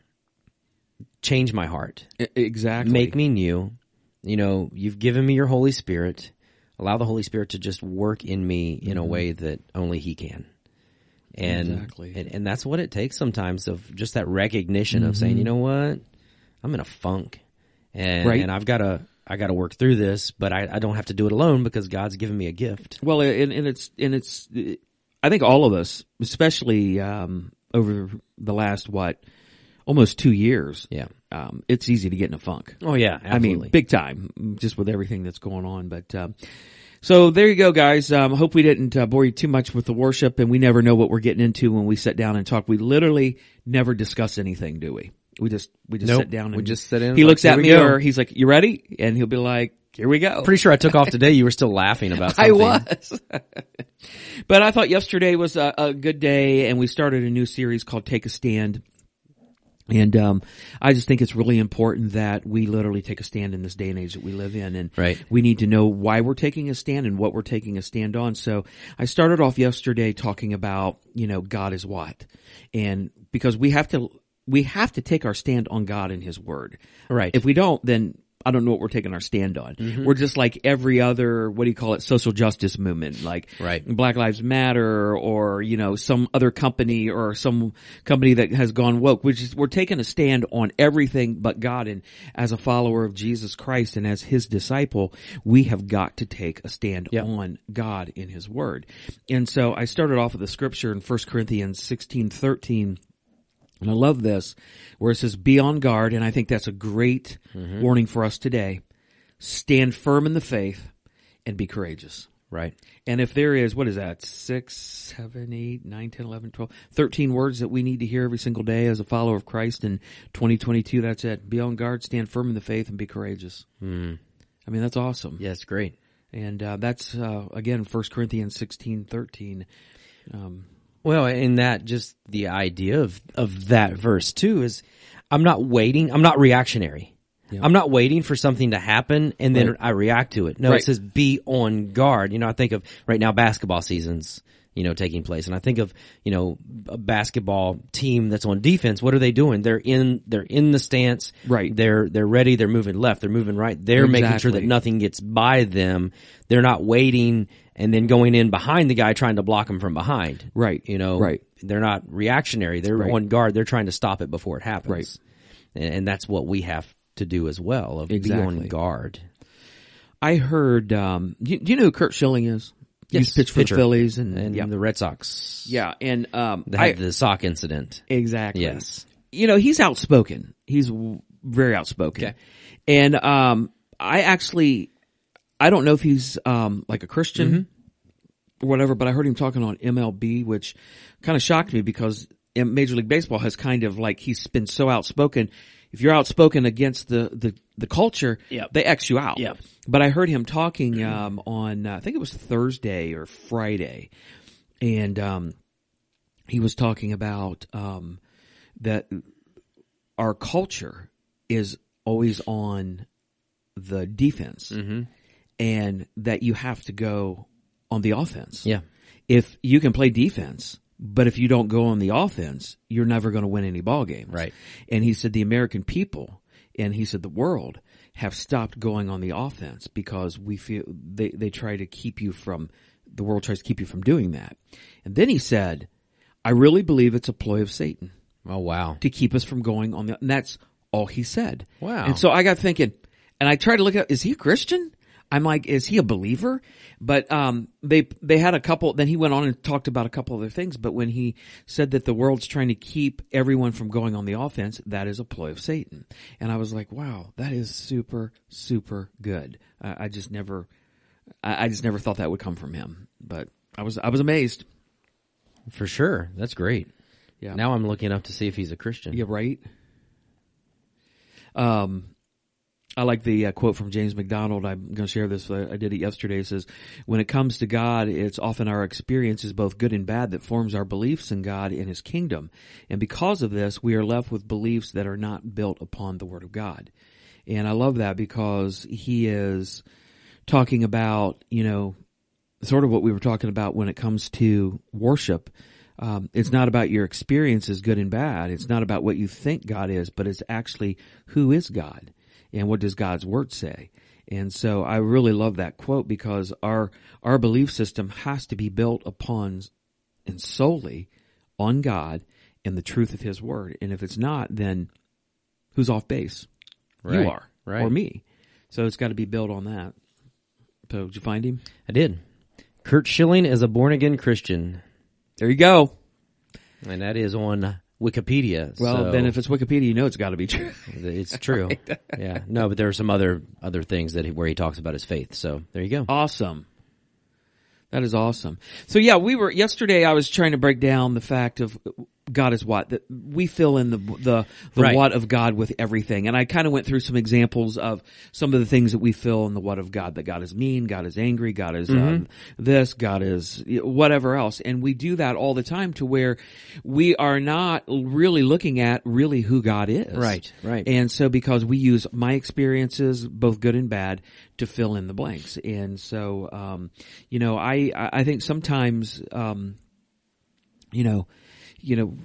S1: Change my heart.
S2: E- Exactly.
S1: Make me new. You know, you've given me your Holy Spirit. Allow the Holy Spirit to just work in me in
S2: Mm-hmm.
S1: a way that only He can. And,
S2: Exactly.
S1: and and that's what it takes sometimes of just that recognition of
S2: Mm-hmm.
S1: saying, you know what, I'm in a funk, and
S2: Right.
S1: and I've got to I got to work through this, but I, I don't have to do it alone because God's given me a gift.
S2: Well, and, and it's and it's, I think all of us, especially um, over the last what, almost two years.
S1: Yeah.
S2: Um, it's easy to get in a funk.
S1: Oh yeah,
S2: I mean, big time, just with everything that's going on. But um, so there you go, guys. Um, hope we didn't uh, bore you too much with the worship, and we never know what we're getting into when we sit down and talk. We literally never discuss anything, do we? We just we just
S1: Nope.
S2: sit down and
S1: We just sit in and
S2: He
S1: like,
S2: looks
S1: "Here
S2: at
S1: we
S2: me,
S1: go."
S2: or he's like, "You ready?" And he'll be like, "Here we go."
S1: pretty sure I took off today. You were still laughing about. Something.
S2: I was. but I thought yesterday was a, a good day and we started a new series called Take a Stand. And, um, I just think it's really important that we literally take a stand in this day and age that we live in. And
S1: Right.
S2: we need to know why we're taking a stand and what we're taking a stand on. So I started off yesterday talking about, you know, God is what and because we have to, we have to take our stand on God and his word.
S1: Right. Mm-hmm.
S2: If we don't, then I don't know what we're taking our stand on. We're just like every other, what do you call it, social justice movement, like
S1: Right.
S2: Black Lives Matter or, you know, some other company or some company that has gone woke, which is we're taking a stand on everything but God. And as a follower of Jesus Christ and as his disciple, we have got to take a stand on God in his word. And so I started off with the scripture in 1 Corinthians 16, 13. And I love this where it says, be on guard. And I think that's a great warning for us today. Stand firm in the faith and be courageous.
S1: Right.
S2: And if there is, what is that, six, seven, eight, nine, ten, eleven, twelve, thirteen words that we need to hear every single day as a follower of Christ in 2022, that's it. Be on guard, stand firm in the faith, and be courageous. I mean, that's awesome.
S1: Hmm. Yeah, it's great.
S2: And uh, that's, uh, again, 1 Corinthians 16, 13. Um,
S1: Well, and that just the idea of of that verse too is I'm not waiting. I'm not reactionary. I'm not waiting for something to happen and then I react to it. No,
S2: Right.
S1: it says be on guard. You know, I think of right now basketball seasons, you know, taking place and I think of, you know, a basketball team that's on defense. What are they doing? They're in, they're in the stance.
S2: Right.
S1: They're, they're ready. They're moving left. They're moving right. They're making sure that
S2: Exactly.
S1: nothing gets by them. They're not waiting and then going in behind the guy trying to block him from behind.
S2: Right.
S1: You know,
S2: Right.
S1: They're not reactionary. They're
S2: Right.
S1: on guard. They're trying to stop it before it happens.
S2: Right.
S1: And, and that's what we have to do as well of be
S2: Exactly.
S1: on guard.
S2: I heard, um, you, do you know who Kurt Schilling is?
S1: Yes,
S2: He's pitched for
S1: pitcher.
S2: the Phillies and,
S1: And
S2: yeah.
S1: the Red Sox
S2: Yeah, and um,
S1: that
S2: I,
S1: had the sock incident.
S2: exactly.
S1: Yes.
S2: you know he's outspoken. He's w- very outspoken, and um, I actually I don't know if he's um like a Christian.
S1: Mm-hmm.
S2: or whatever, but I heard him talking on MLB, which kind of shocked me because in Major League Baseball has kind of like he's been so outspoken. If you're outspoken against the the the culture,
S1: Yep.
S2: they X you out.
S1: Yep.
S2: But I heard him talking um, on uh, I think it was Thursday or Friday, and um, he was talking about um, that our culture is always on the defense and that you have to go on the offense.
S1: Yeah.
S2: If you can play defense, but if you don't go on the offense, you're never going to win any ball games.
S1: Right.
S2: And he said the American people and he said the world have stopped going on the offense because we feel they, they try to keep you from the world tries to keep you from doing that. And then he said, I really believe it's a ploy of Satan
S1: Oh wow.
S2: to keep us from going on the, and that's all he said.
S1: Wow.
S2: And so I got thinking, and I tried to look up, is he a Christian? I'm like, is he a believer? But, um, they, they had a couple, then he went on and talked about a couple other things, but when he said that the world's trying to keep everyone from going on the offense, that is a ploy of Satan. And I was like, wow, that is super, super good. I, I just never, I, I just never thought that would come from him, but I was, I was amazed.
S1: For sure. That's great.
S2: Yeah.
S1: Now I'm looking up to see if he's a Christian.
S2: Yeah, right. Um, I like the uh, quote from James McDonald. I'm going to share this. uh, I, I did it yesterday. It says, "When it comes to God, it's often our experiences, both good and bad, that forms our beliefs in God and His kingdom, and because of this, we are left with beliefs that are not built upon the Word of God." And I love that because he is talking about, you know, sort of what we were talking about when it comes to worship. Um, it's not about your experiences, good and bad. It's not about what you think God is, but it's actually who is God and what does God's word say. And so I really love that quote because our our belief system has to be built upon and solely on God and the truth of His word. And if it's not, then who's off base?
S1: Right,
S2: You are,
S1: right.
S2: or me. So it's got to be built on that. So did you find him?
S1: I did. Kurt Schilling is a born again Christian,
S2: There you go.
S1: and that is on Wikipedia.
S2: Well,
S1: so
S2: then if it's Wikipedia, you know it's got to be true.
S1: it's true, yeah. No, but there are some other other things that he, where he talks about his faith. So there you go.
S2: Oh. awesome. That is awesome. So yeah, we were yesterday. I was trying to break down the fact of God is what that we fill in the the the
S1: Right.
S2: what of God with everything, and I kind of went through some examples of some of the things that we fill in the what of God. That God is mean, God is angry, God is um, this, God is whatever else, and we do that all the time to where we are not really looking at really who God is.
S1: Right, right.
S2: And so because we use my experiences, both good and bad, to fill in the blanks. And so, um, you know, I, I I think sometimes, um, you know, you know,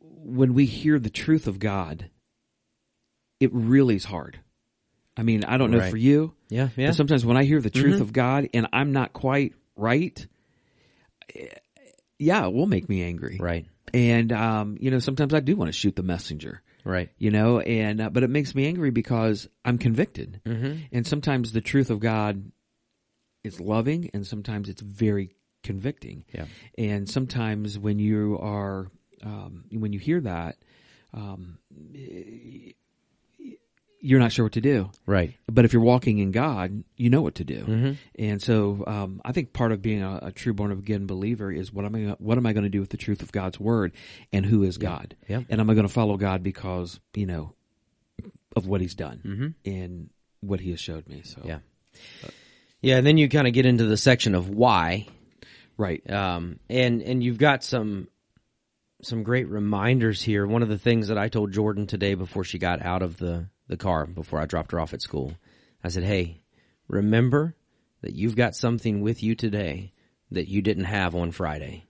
S2: when we hear the truth of God, it really is hard. I mean, I don't know
S1: Right.
S2: for you.
S1: Yeah, yeah. Mm-hmm.
S2: But sometimes when I hear the truth of God and I'm not quite right, eh, yeah, it will make me angry.
S1: Right,
S2: And, um, you know, sometimes I do want to shoot the messenger
S1: right.
S2: you know and uh, but it makes me angry because i'm convicted and sometimes the truth of god is loving and sometimes it's very convicting
S1: Yeah.
S2: and sometimes when you are um, when you hear that um, you're not sure what to do
S1: Right.
S2: but if you're walking in God, you know what to do.
S1: Mm-hmm.
S2: And so, um, I think part of being a, a true born again believer is what am I what am I going to do with the truth of God's word, and who is God,
S1: Yeah.
S2: and am I going to follow God because you know of what He's done and what He has showed me. So,
S1: Mm-hmm. Yeah. Yeah, and then you kind of get into the section of why,
S2: right,
S1: um, and and you've got some some great reminders here. One of the things that I told Jordan today before she got out of the the car before I dropped her off at school, I said, "Hey, remember that you've got something with you today that you didn't have on Friday."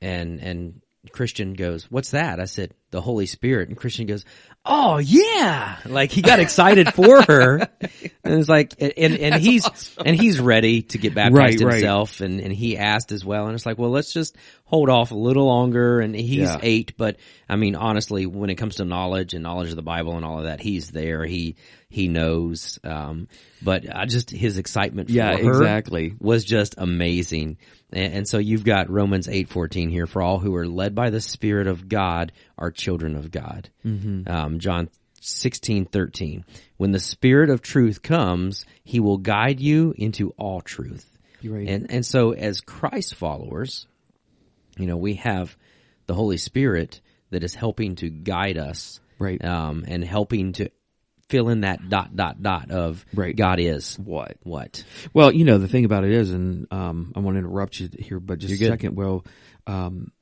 S1: And and Christian goes, "What's that?" I said, "The Holy Spirit." And Christian goes, "Oh yeah!" Like he got excited for her, and it's like, and and he's and he's ready to get baptized
S2: Right, right.
S1: himself, and and he asked as well, and it's like, well, let's just hold off a little longer. And he's
S2: Yeah.
S1: eight, but I mean, honestly, when it comes to knowledge and knowledge of the Bible and all of that, he's there. He he knows. Um, but I just his excitement for
S2: Yeah,
S1: her
S2: exactly.
S1: was just amazing. And, and so you've got Romans 8:14 here for all who are led by the spirit of God are children of God. Mm-hmm. Um, John 16:13 When the spirit of truth comes, he will guide you into all truth.
S2: You're right.
S1: And and so as Christ followers, you know, we have the Holy Spirit that is helping to guide us,
S2: Right.
S1: Um, and helping to fill in that dot dot dot of
S2: Right.
S1: God is
S2: what?
S1: what
S2: Well, you know the thing about it is, and um, I want to interrupt you here, but just a second. Well, um,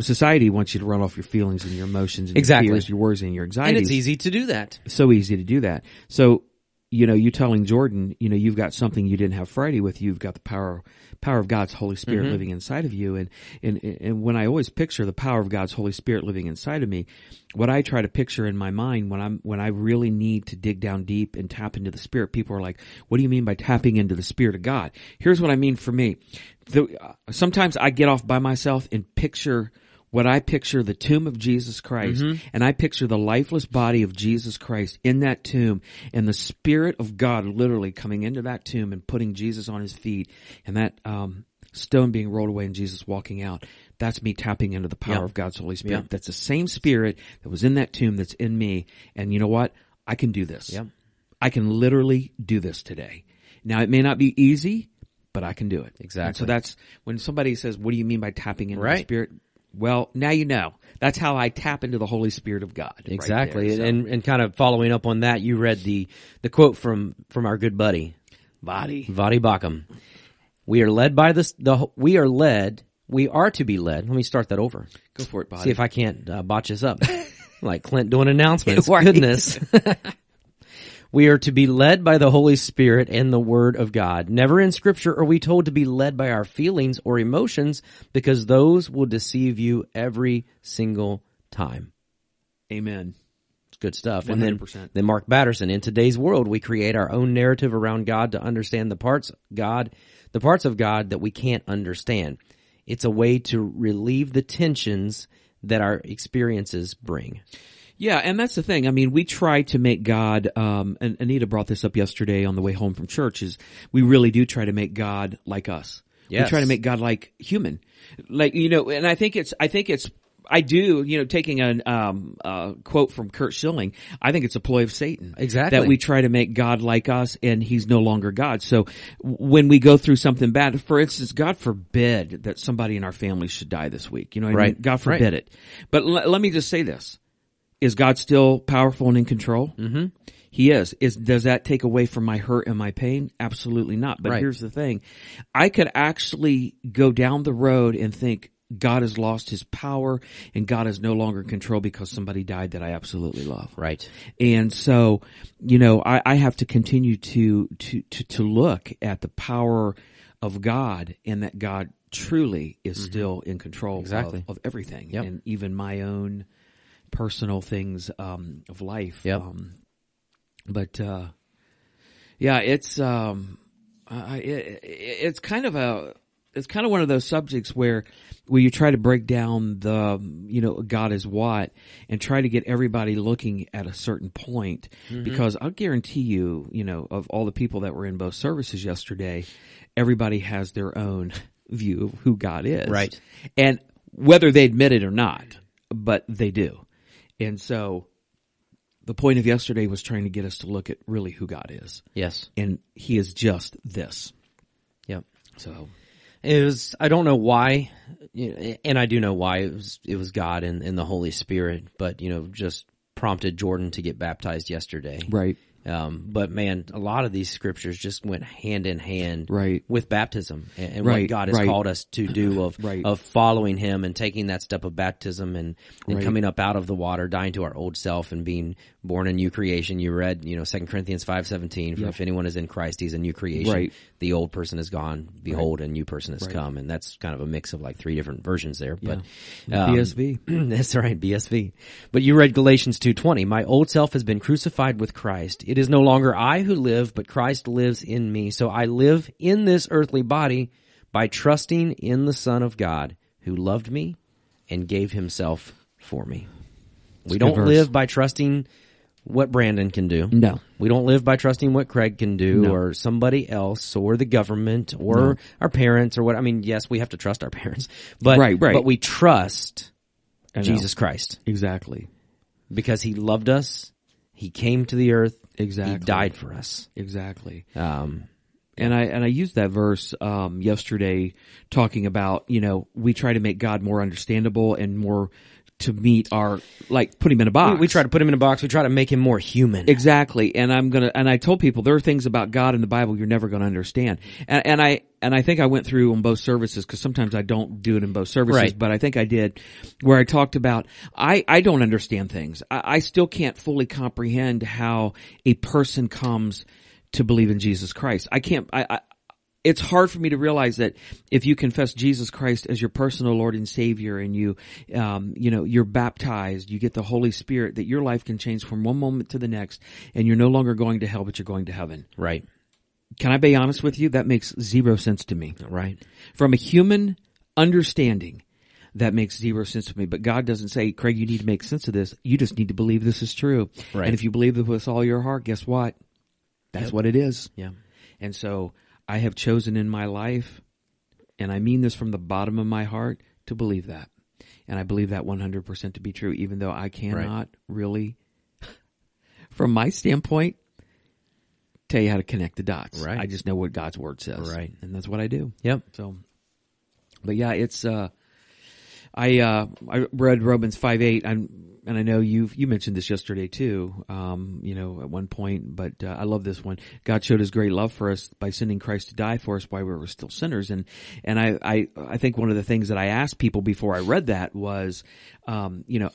S2: society wants you to run off your feelings and your emotions, and
S1: Exactly.
S2: your fears, your worries, and your
S1: and
S2: anxieties.
S1: it's easy to do that.
S2: so easy to do that. So, you know, you telling Jordan, you know, you've got something you didn't have Friday with you. You've got the power, power of God's Holy Spirit living inside of you. And, and, and when I always picture the power of God's Holy Spirit living inside of me, what I try to picture in my mind when I'm, when I really need to dig down deep and tap into the Spirit, people are like, what do you mean by tapping into the Spirit of God? Here's what I mean for me. The, uh, sometimes I get off by myself and picture what I picture the tomb of Jesus Christ
S1: Mm-hmm.
S2: and I picture the lifeless body of Jesus Christ in that tomb and the spirit of God literally coming into that tomb and putting Jesus on his feet and that um, stone being rolled away and Jesus walking out. That's me tapping into the power
S1: Yeah.
S2: of God's Holy Spirit. That's the same spirit that was in that tomb that's in me. And you know what? I can do this.
S1: Yeah.
S2: I can literally do this today. Now it may not be easy, but I can do it. And so
S1: Exactly.
S2: that's when somebody says, what do you mean by tapping into the
S1: Right.
S2: spirit? Well, now you know. That's how I tap into the Holy Spirit of God. right
S1: Exactly.
S2: there. So,
S1: and, and kind of following up on that, you read the, the quote from, from our good buddy,
S2: body.
S1: Vadi Bakum. We are led by this, the, we are led, we are to be led. Let me start that over.
S2: Go for it, body.
S1: See if I can't uh, botch this up. like Clint doing announcements.
S2: Right.
S1: Goodness. we are to be led by the Holy Spirit and the Word of God. Never in Scripture are we told to be led by our feelings or emotions because those will deceive you every single time.
S2: Amen.
S1: It's good stuff. And then,
S2: 100%.
S1: then Mark Batterson, in today's world, we create our own narrative around God to understand the parts God, the parts of God that we can't understand. It's a way to relieve the tensions that our experiences bring.
S2: Yeah, and that's the thing. I mean, we try to make God, um, and Anita brought this up yesterday on the way home from church, is we really do try to make God like us. We
S1: Yes.
S2: try to make God like human. Like, you know, and I think it's, I think it's, I do, you know, taking an, um, uh, quote from Kurt Schilling, I think it's a ploy of Satan.
S1: Exactly.
S2: That we try to make God like us and he's no longer God. So when we go through something bad, for instance, God forbid that somebody in our family should die this week. You know what I mean?
S1: Right.
S2: God forbid it. But l- let me just say this is God still powerful and in control? Mm-hmm. He is. Is does that take away from my hurt and my pain? Absolutely not. But
S1: Right.
S2: here's the thing: I could actually go down the road and think God has lost His power and God is no longer in control because somebody died that I absolutely love.
S1: Right.
S2: And so, you know, I, I have to continue to, to, to, to look at the power of God and that God truly is still in control
S1: Mm-hmm. Exactly.
S2: of, of everything
S1: Yep.
S2: and even my own personal things, um, of life.
S1: Yep.
S2: Um, but, uh, yeah, it's, um, I, I- it, it's kind of a, it's kind of one of those subjects where, where you try to break down the, you know, God is what and try to get everybody looking at a certain point because I'll guarantee you, you know, of all the people that were in both services yesterday, everybody has their own view of who God is.
S1: Right.
S2: And whether they admit it or not, but they do. And so the point of yesterday was trying to get us to look at really who God is.
S1: Yes.
S2: And he is just this.
S1: Yep.
S2: So
S1: It was. I don't know why, you know, and I do know why it was. It was God and, and the Holy Spirit, but you know, just prompted Jordan to get baptized yesterday.
S2: Right.
S1: Um, but man, a lot of these scriptures just went hand in hand
S2: Right.
S1: with baptism and, and
S2: Right,
S1: what God has
S2: right.
S1: called us to do of
S2: Right.
S1: of following Him and taking that step of baptism and, and
S2: Right.
S1: coming up out of the water, dying to our old self and being born a new creation. You read, you know, Second Corinthians five seventeen. For if anyone is in Christ, he's a new creation.
S2: Right.
S1: The old person is gone. Behold, a new person has come. And that's kind of a mix of like three different versions there. But um,
S2: BSV.
S1: That's right, BSV. But you read Galatians 2:20, "My old self has been crucified with Christ. It is no longer I who live, but Christ lives in me. So I live in this earthly body by trusting in the Son of God who loved me and gave himself for me." We
S2: good
S1: don't
S2: verse.
S1: live by trusting what Brandon can do.
S2: No.
S1: We don't live by trusting what Craig can do or somebody else or the government or our parents or what. I mean, yes, we have to trust our parents, but,
S2: Right, right.
S1: but we trust
S2: I know.
S1: Jesus Christ
S2: Exactly.
S1: because he loved us. He came to the earth.
S2: Exactly.
S1: He died for us.
S2: Exactly.
S1: Um,
S2: And I and I used that verse um, yesterday, talking about you know we try to make God more understandable and more to meet our like put him in a box.
S1: We, we try to put him in a box. We try to make him more human.
S2: Exactly. And I'm gonna and I told people there are things about God in the Bible you're never gonna understand. And, and I and I think I went through on both services because sometimes I don't do it in both services,
S1: Right.
S2: but I think I did where I talked about I I don't understand things. I, I still can't fully comprehend how a person comes to believe in Jesus Christ. I can't. I. I it's hard for me to realize that if you confess Jesus Christ as your personal Lord and Savior, and you, um, you know, you're baptized, you get the Holy Spirit, that your life can change from one moment to the next, and you're no longer going to hell, but you're going to heaven.
S1: Right.
S2: Can I be honest with you? That makes zero sense to me.
S1: Right.
S2: From a human understanding, that makes zero sense to me. But God doesn't say, Craig, you need to make sense of this. You just need to believe this is true.
S1: Right.
S2: And if you believe it with all your heart, guess what? That's what it is.
S1: Yeah.
S2: And so I have chosen in my life, and I mean this from the bottom of my heart, to believe that. And I believe that 100% to be true, even though I cannot really, from my standpoint, tell you how to connect the dots.
S1: Right.
S2: I just know what God's word says.
S1: Right.
S2: And that's what I do.
S1: Yep.
S2: So, but yeah, it's, uh, I, uh, I read Romans 5 8. I'm, and I know you've, you mentioned this yesterday too, um, you know, at one point, but uh, I love this one. God showed his great love for us by sending Christ to die for us while we were still sinners. And, and I, I, I think one of the things that I asked people before I read that was, um, you know,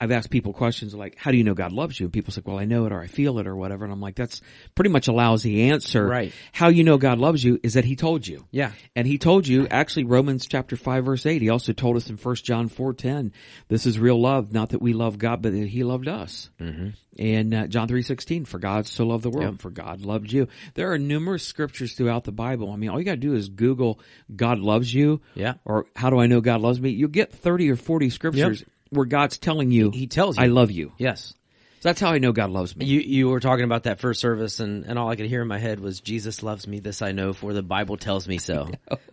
S2: I've asked people questions like, how do you know God loves you? And people say, well, I know it or I feel it or whatever. And I'm like, that's pretty much a lousy answer.
S1: Right.
S2: How you know God loves you is that he told you.
S1: Yeah.
S2: And he told you, actually Romans chapter 5 verse 8, he also told us in 1 John 4:10, this is real love, not that we love God, but that he loved us. Mm-hmm. And uh, John 3:16, for God so loved the world, for God loved you. There are numerous scriptures throughout the Bible. I mean, all you got to do is Google God loves you
S1: Yeah.
S2: or how do I know God loves me? You'll get 30 or 40 scriptures where God's telling you
S1: He tells you.
S2: I love you.
S1: Yes.
S2: So that's how I know God loves me.
S1: You you were talking about that first service, and, and all I could hear in my head was "Jesus loves me, this I know, for the Bible tells me so."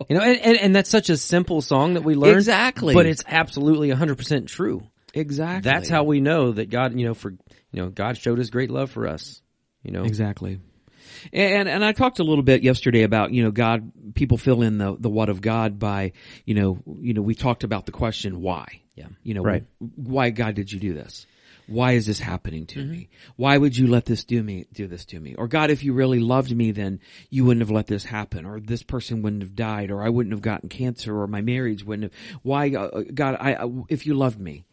S1: You know, and, and, and that's such a simple song that we learned
S2: Exactly.
S1: but it's absolutely hundred percent true.
S2: Exactly.
S1: That's how we know that God, you know, for you know, God showed His great love for us. You know,
S2: Exactly. And and I talked a little bit yesterday about you know God people fill in the the what of God by you know you know we talked about the question why
S1: Yeah.
S2: you know
S1: Right.
S2: why God did you do this why is this happening to
S1: Mm-hmm.
S2: me why would you let this do me do this to me or God if you really loved me then you wouldn't have let this happen or this person wouldn't have died or I wouldn't have gotten cancer or my marriage wouldn't have why uh, God I, I if you loved me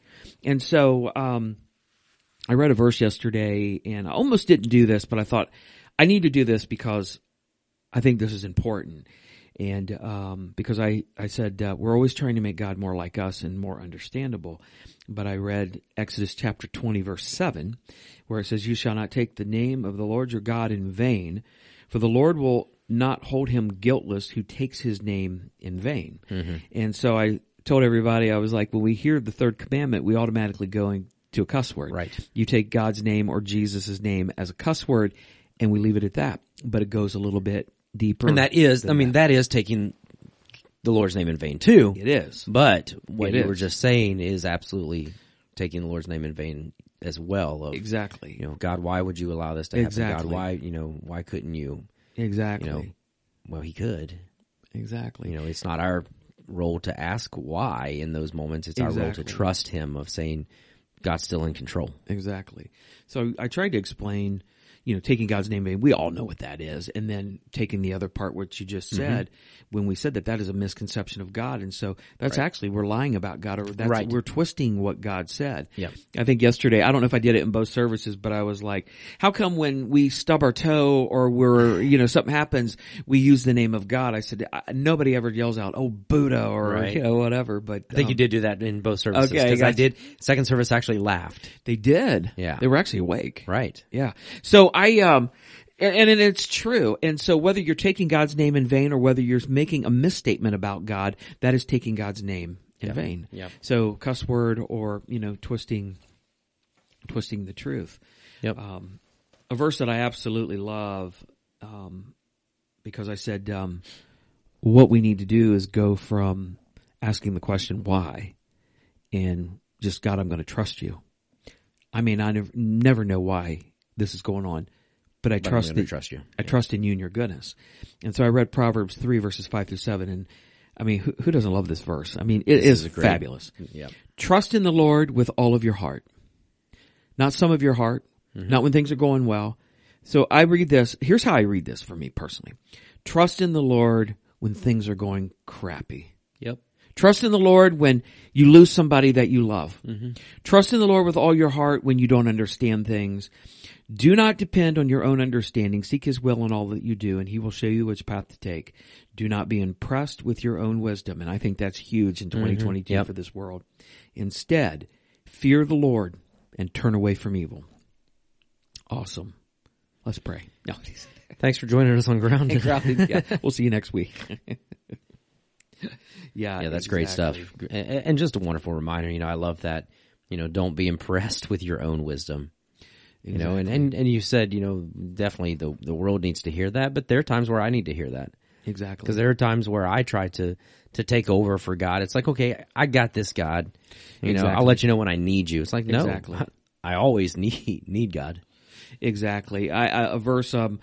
S2: and so um I read a verse yesterday and I almost didn't do this, but I thought I need to do this because I think this is important. And um, because I, I said, uh, we're always trying to make God more like us and more understandable. But I read Exodus chapter 20, verse 7, where it says, You shall not take the name of the Lord your God in vain, for the Lord will not hold him guiltless who takes his name in vain. And so I told everybody, I was like, when we hear the third commandment, we automatically go in- to a cuss word.
S1: Right.
S2: You take God's name or Jesus' name as a cuss word, and we leave it at that. But it goes a little bit deeper.
S1: and that is, I
S2: than
S1: mean, that is taking the Lord's name in vain too.
S2: that. it is.
S1: But what
S2: It
S1: you
S2: is.
S1: were just saying is absolutely taking the Lord's name in vain as well. Of,
S2: Exactly.
S1: You know, God, why would you allow this to happen?
S2: Exactly.
S1: God, why, you know, why couldn't you?
S2: Exactly.
S1: You know, well, He could.
S2: exactly.
S1: You know, it's not our role to ask why in those moments. It's our role to
S2: Exactly.
S1: trust Him of saying God's still in control.
S2: Exactly. So I tried to explain, you know, taking God's name in vain. We all know what that is. And then taking the other part, what you just
S1: Mm-hmm.
S2: said, when we said that that is a misconception of God. And so that's actually, we're lying about God or that's,
S1: Right.
S2: we're twisting what God said.
S1: Yeah.
S2: I think yesterday, I don't know if I did it in both services, but I was like, how come when we stub our toe or we're, you know, something happens, we use the name of God? I said, I, nobody ever yells out, oh, Buddha or,
S1: Right.
S2: you know, whatever, but
S1: I think
S2: um,
S1: you did do that in both services
S2: Okay, I
S1: because I
S2: gotcha.
S1: did. Second service actually laughed.
S2: they did.
S1: Yeah.
S2: They were actually awake.
S1: Right.
S2: Yeah. So I um and, and it's true. And so whether you're taking God's name in vain or whether you're making a misstatement about God, that is taking God's name in vain.
S1: Yep.
S2: So cuss word or, you know, twisting twisting the truth.
S1: Yep.
S2: Um a verse that I absolutely love um because I said um what we need to do is go from asking the question why and just God, I'm going to trust you. I mean, I never, never know why this is going on, but I
S1: But I'm
S2: trust
S1: gonna
S2: that-
S1: trust you.
S2: I trust in you and your goodness. And so I read Proverbs three verses five through seven, and I mean, who, who doesn't love this verse? I mean, it is
S1: is a great-
S2: fabulous.
S1: Yeah.
S2: Trust in the Lord with all of your heart, not some of your heart, not when things are going well. So I read this. Here's how I read this for me personally: Trust in the Lord when things are going crappy.
S1: Yep.
S2: Trust in the Lord when you lose somebody that you love.
S1: Mm-hmm.
S2: Trust in the Lord with all your heart when you don't understand things. Do not depend on your own understanding. Seek His will in all that you do, and He will show you which path to take. Do not be impressed with your own wisdom. And I think that's huge in 2022
S1: Mm-hmm. Yep.
S2: for this world. Instead, fear the Lord and turn away from evil. Awesome. Let's pray. No,
S1: Thanks for joining us on Grounded.
S2: yeah, we'll see you next week. yeah,
S1: yeah, that's great stuff.
S2: exactly.
S1: A- a- And just a wonderful reminder, you know, I love that, you know, don't be impressed with your own wisdom. You know, and, and, and you said, you know, definitely the, the world needs to hear that, but there are times where I need to hear that.
S2: Exactly.
S1: Because there are times where I try to to take over for God. It's like, okay, I got this, God. You know, I'll
S2: Exactly.
S1: let you know when I need you. It's like, no,
S2: Exactly.
S1: I, I always need need God.
S2: Exactly. I, I a verse. Um,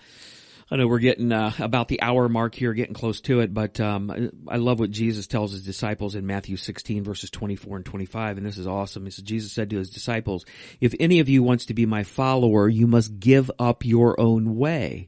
S2: I know we're getting uh, about the hour mark here, getting close to it, but um, I, I love what Jesus tells his disciples in Matthew 16 verses 24 and 25, and this is awesome. He says, Jesus said to his disciples, "If any of you wants to be my follower, you must give up your own way."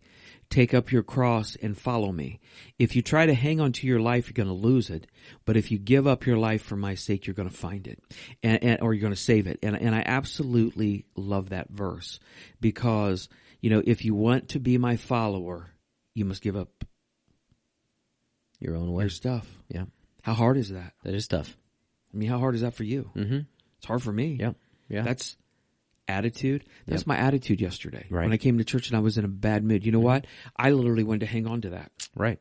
S2: Take up your cross and follow me. If you try to hang on to your life, you're going to lose it. But if you give up your life for my sake, you're going to find it and, and or you're going to save it. And, and I absolutely love that verse because, you know, if you want to be my follower, you must give up
S1: Your own way.
S2: your stuff.
S1: yeah.
S2: How hard is that?
S1: That is tough.
S2: I mean, how hard is that for you? Mm-hmm. It's hard for me.
S1: Yeah. Yeah.
S2: That's attitude. That's my attitude yesterday.
S1: Right.
S2: When I came to church and I was in a bad mood. You know what? I literally wanted to hang on to that.
S1: right.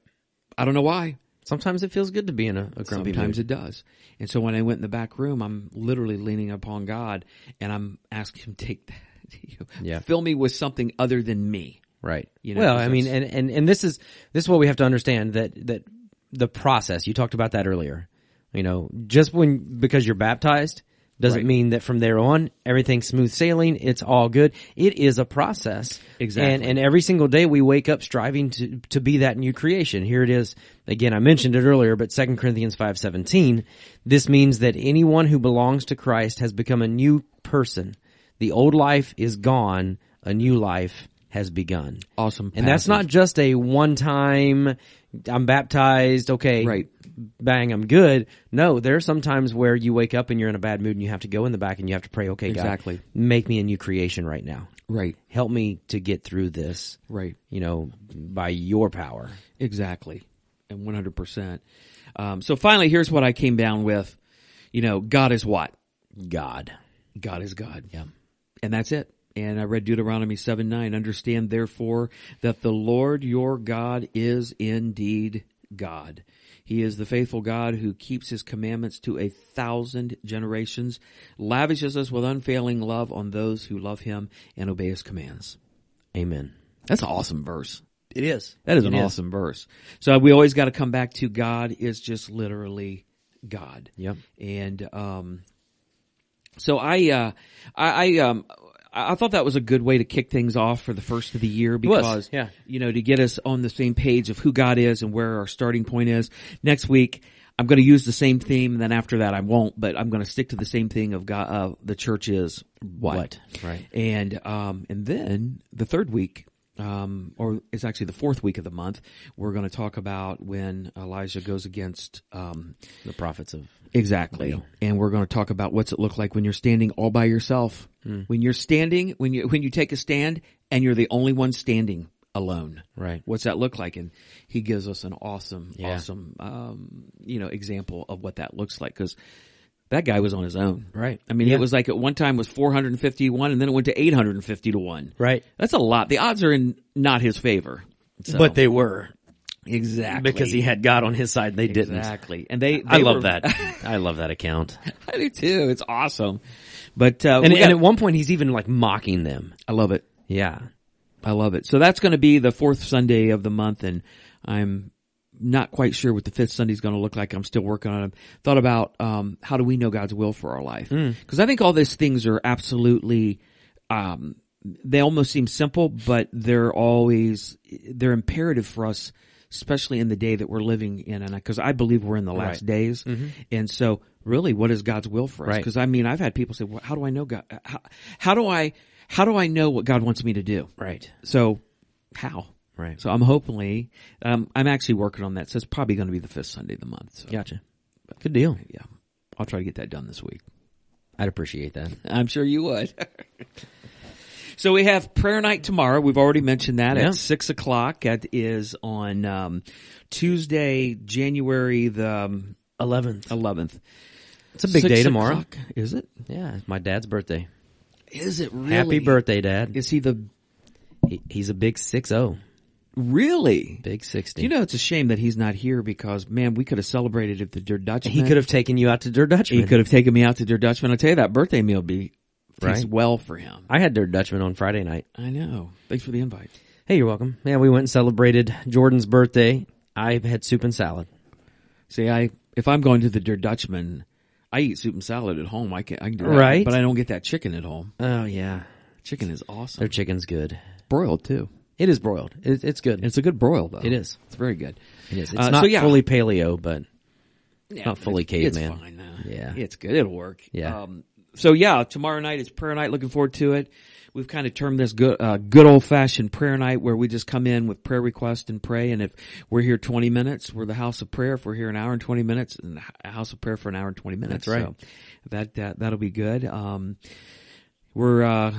S2: I don't know why.
S1: Sometimes it feels good to be in a, a grumpy
S2: Sometimes
S1: mood.
S2: it does. And so when I went in the back room, I'm literally leaning upon God and I'm asking him to take that. You know,
S1: Yeah.
S2: Fill me with something other than me.
S1: right.
S2: you know,
S1: well,
S2: 'cause
S1: I mean, and, and, and this is this is what we have to understand that that the process. You talked about that earlier. You know, just when because you're baptized doesn't
S2: Right.
S1: mean that from there on everything's smooth sailing. It's all good. It is a process.
S2: Exactly.
S1: And and every single day we wake up striving to to be that new creation. Here it is. Again, I mentioned it earlier, but 2 Corinthians 5:17, this means that anyone who belongs to Christ has become a new person. The old life is gone, a new life has begun.
S2: Awesome.
S1: And that's
S2: passage.
S1: not just a one time I'm baptized, okay.
S2: Right.
S1: Bang, I'm good. No, there are some times where you wake up and you're in a bad mood and you have to go in the back and you have to pray, okay,
S2: Exactly.
S1: God, make me a new creation right now
S2: right.
S1: help me to get through this
S2: Right.
S1: you know by your power
S2: Exactly. And 100%. Um, so finally, here's what I came down with. You know, God is what?
S1: god
S2: God is God.
S1: yeah
S2: And that's it. And I read Deuteronomy 7 9. Understand therefore that the Lord your God is indeed God. He is the faithful God who keeps his commandments to a thousand generations, lavishes us with unfailing love on those who love him and obey his commands.
S1: amen
S2: That's an awesome verse.
S1: it is
S2: That is an awesome verse. So we always got to come back to God is just literally God.
S1: Yep.
S2: And um, so I, uh, I, I, um, I I thought that was a good way to kick things off for the first of the year
S1: was,
S2: because,
S1: yeah.
S2: you know, to get us on the same page of who God is and where our starting point is. Next week, I'm going to use the same theme, and then after that, I won't. But I'm going to stick to the same thing of God. Uh, the church is what,
S1: What, right.
S2: and um, and then the third week, um, or it's actually the fourth week of the month, we're going to talk about when Elijah goes against um,
S1: the prophets of
S2: exactly, and we're going to talk about what's it look like when you're standing all by yourself,
S1: Hmm.
S2: when you're standing, when you when you take a stand and you're the only one standing alone,
S1: Right.
S2: What's that look like? And he gives us an awesome,
S1: Yeah.
S2: awesome, um, you know, example of what that looks like because. That guy was on his own,
S1: Right.
S2: I mean,
S1: Yeah.
S2: it was like at one time was 451 and then it went to 850 to 1.
S1: right
S2: That's a lot. The odds are in not his favor. So-
S1: but they were
S2: exactly.
S1: because he had god on his side and they didn't
S2: Exactly. And they,
S1: i
S2: they
S1: love
S2: were-
S1: that i love that account
S2: I do too. It's awesome. But uh
S1: and,
S2: we
S1: and
S2: got-
S1: at one point he's even like mocking them
S2: I love it.
S1: yeah
S2: I love it. So that's going to be the fourth Sunday of the month, and I'm not quite sure what the fifth Sunday is going to look like. I'm still working on it. Thought about um,
S1: Hmm.
S2: how do we know God's will for our life? Because I think all these things are absolutely um, they almost seem simple, but they're always they're imperative for us, especially in the day that we're living in, and because I, believe we're in the last
S1: Right. Mm-hmm.
S2: days, and so really, what is God's will for us?
S1: Right.
S2: Because I mean, I've had people say, well, "How do I know God? How, how do I how do I know what God wants me to do?"
S1: Right.
S2: So, how?
S1: Right.
S2: So I'm hopefully um, I'm actually working on that. So it's probably going to be the fifth Sunday of the month. So,
S1: Gotcha. Good deal.
S2: yeah, I'll try to get that done this week.
S1: I'd appreciate that.
S2: I'm sure you would. so we have prayer night tomorrow. We've already mentioned that
S1: Yeah.
S2: at six o'clock. That is on um, Tuesday, January the um,
S1: Eleventh.
S2: eleventh.
S1: It's a big day tomorrow.
S2: is it?
S1: Yeah, it's my dad's birthday.
S2: Is it really?
S1: Happy birthday, Dad.
S2: Is he the
S1: He, he's a big six zero,
S2: really?
S1: big sixty.
S2: You know, it's a shame that he's not here because man, we could have celebrated if the Der Dutchman.
S1: he could have taken you out to Der Dutchman.
S2: He could have taken me out to Der Dutchman. I tell you, that birthday meal would be tastes
S1: Right.
S2: well for him.
S1: I had Der Dutchman on Friday night.
S2: I know. Thanks for the invite.
S1: Hey, you're welcome. Yeah, we went and celebrated Jordan's birthday. I had soup and salad.
S2: See, I if I'm going to the Der Dutchman, I eat soup and salad at home. I can I can do that,
S1: Right.
S2: but I don't get that chicken at home.
S1: Oh yeah,
S2: Chicken is
S1: their
S2: awesome.
S1: chicken's good.
S2: broiled too.
S1: It is broiled. It, it's good.
S2: It's a good broil though.
S1: It is.
S2: It's very good.
S1: It is. It's
S2: Uh, so
S1: not
S2: yeah.
S1: fully paleo, but
S2: Yeah,
S1: not fully
S2: it's,
S1: caveman.
S2: It's fine. though.
S1: Yeah.
S2: it's good. It'll work.
S1: Yeah.
S2: Um, so yeah, tomorrow night is prayer night. Looking forward to it. We've kind of termed this good, uh, good old fashioned prayer night where we just come in with prayer requests and pray. And if we're here 20 minutes, we're the house of prayer. If we're here an hour and 20 minutes and a house of prayer for an hour and 20 minutes.
S1: That's right.
S2: So that, that, that'll be good. Um, we're, uh,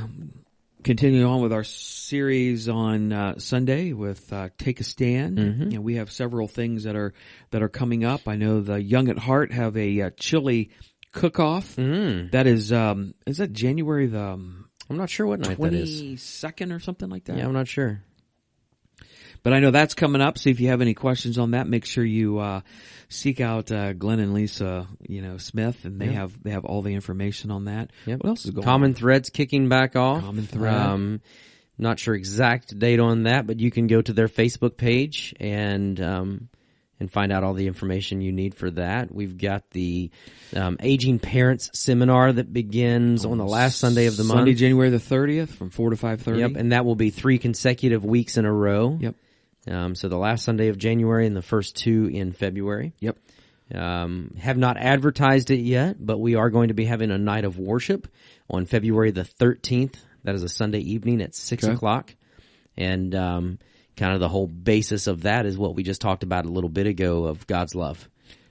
S2: continuing on with our series on uh, Sunday with uh, Take a Stand.
S1: Mm-hmm.
S2: You know, we have several things that are that are coming up. I know the Young at Heart have a uh, chili cook-off.
S1: Mm-hmm. Hmm.
S2: That is um, is that January the
S1: I'm not sure what night that is.
S2: twenty second or something like that.
S1: Yeah, I'm not sure.
S2: But I know that's coming up. So if you have any questions on that, make sure you uh, seek out uh, Glenn and Lisa, you know Smith, and they have they have all the information on that. What else is going on?
S1: Common threads kicking back off.
S2: Common Thread.
S1: Um, not sure exact date on that, but you can go to their Facebook page and um, and find out all the information you need for that. We've got the um, aging parents seminar that begins on the last Sunday of the
S2: Oh, Sunday,
S1: month.
S2: January the thirtieth, from four to five thirty.
S1: Yep, and that will be three consecutive weeks in a row.
S2: Yep.
S1: Um, so the last Sunday of January and the first two in February.
S2: Yep.
S1: Um, have not advertised it yet, but we are going to be having a night of worship on February the 13th. That is a Sunday evening at 6
S2: Okay.
S1: o'clock. And um, kind of the whole basis of that is what we just talked about a little bit ago of God's love.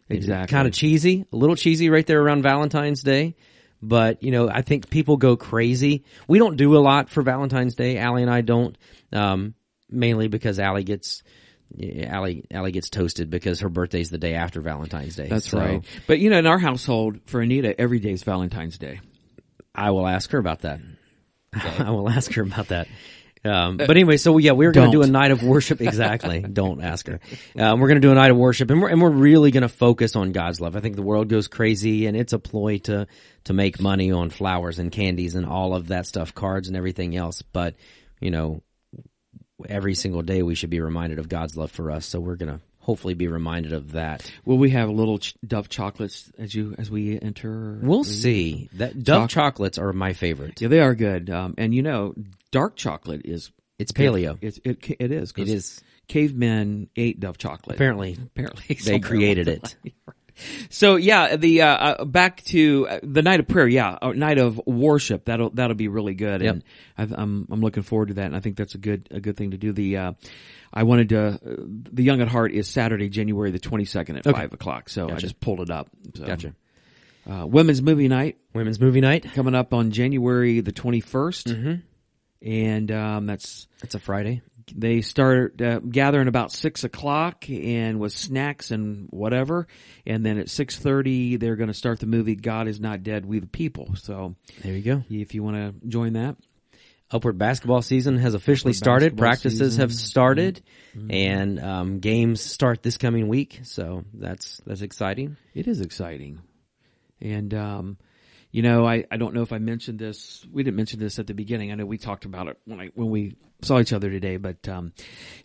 S2: Exactly.
S1: Kind of cheesy, a little cheesy right there around Valentine's Day. But, you know, I think people go crazy. We don't do a lot for Valentine's Day. Allie and I don't, um, mainly because Allie gets, Allie, Allie gets toasted because her birthday's the day after Valentine's Day.
S2: That's
S1: So
S2: right. But you know, in our household, for Anita, every day is Valentine's Day.
S1: I will ask her about that. I will ask her about that. Um, but anyway, so yeah, we're going to do a
S2: don't.
S1: night of worship. Exactly. don't ask her. Um, we're going to do a night of worship and we're, and we're really going to focus on God's love. I think the world goes crazy and it's a ploy to, to make money on flowers and candies and all of that stuff, cards and everything else. But, you know, every single day we should be reminded of God's love for us. So we're going to hopefully be reminded of that.
S2: Will we have little ch- Dove chocolates as you as we enter?
S1: We'll see. That Mm-hmm. Dove chocolates are my favorite.
S2: yeah, they are good. Um, and you know, dark chocolate is
S1: It's paleo.
S2: it it ca- it is 'cause
S1: It is.
S2: Cavemen ate Dove chocolate.
S1: Apparently,
S2: Apparently,
S1: they created it.
S2: So yeah, the uh, uh, back to uh, the night of prayer, yeah, uh, night of worship. That'll that'll be really good, and I, I'm I'm looking forward to that. And I think that's a good a good thing to do. The uh, I wanted to uh, the Young at Heart is Saturday, January the 22nd at five o'clock. So I just pulled it up. So.
S1: Gotcha.
S2: Uh, women's movie night
S1: Women's movie night.
S2: coming up on January the 21st, and um, that's
S1: It's a Friday.
S2: they start uh, gathering about six o'clock and with snacks and whatever and then at 6.30 they're going to start the movie god is not dead we the people so
S1: There you go.
S2: if you want to join that
S1: Upward basketball season has officially started.
S2: basketball
S1: Practices
S2: season.
S1: have started, and um, games start this coming week. So that's that's exciting.
S2: it is exciting and um, you know I, I don't know if i mentioned this we didn't mention this at the beginning i know we talked about it when i when we saw each other today, but um,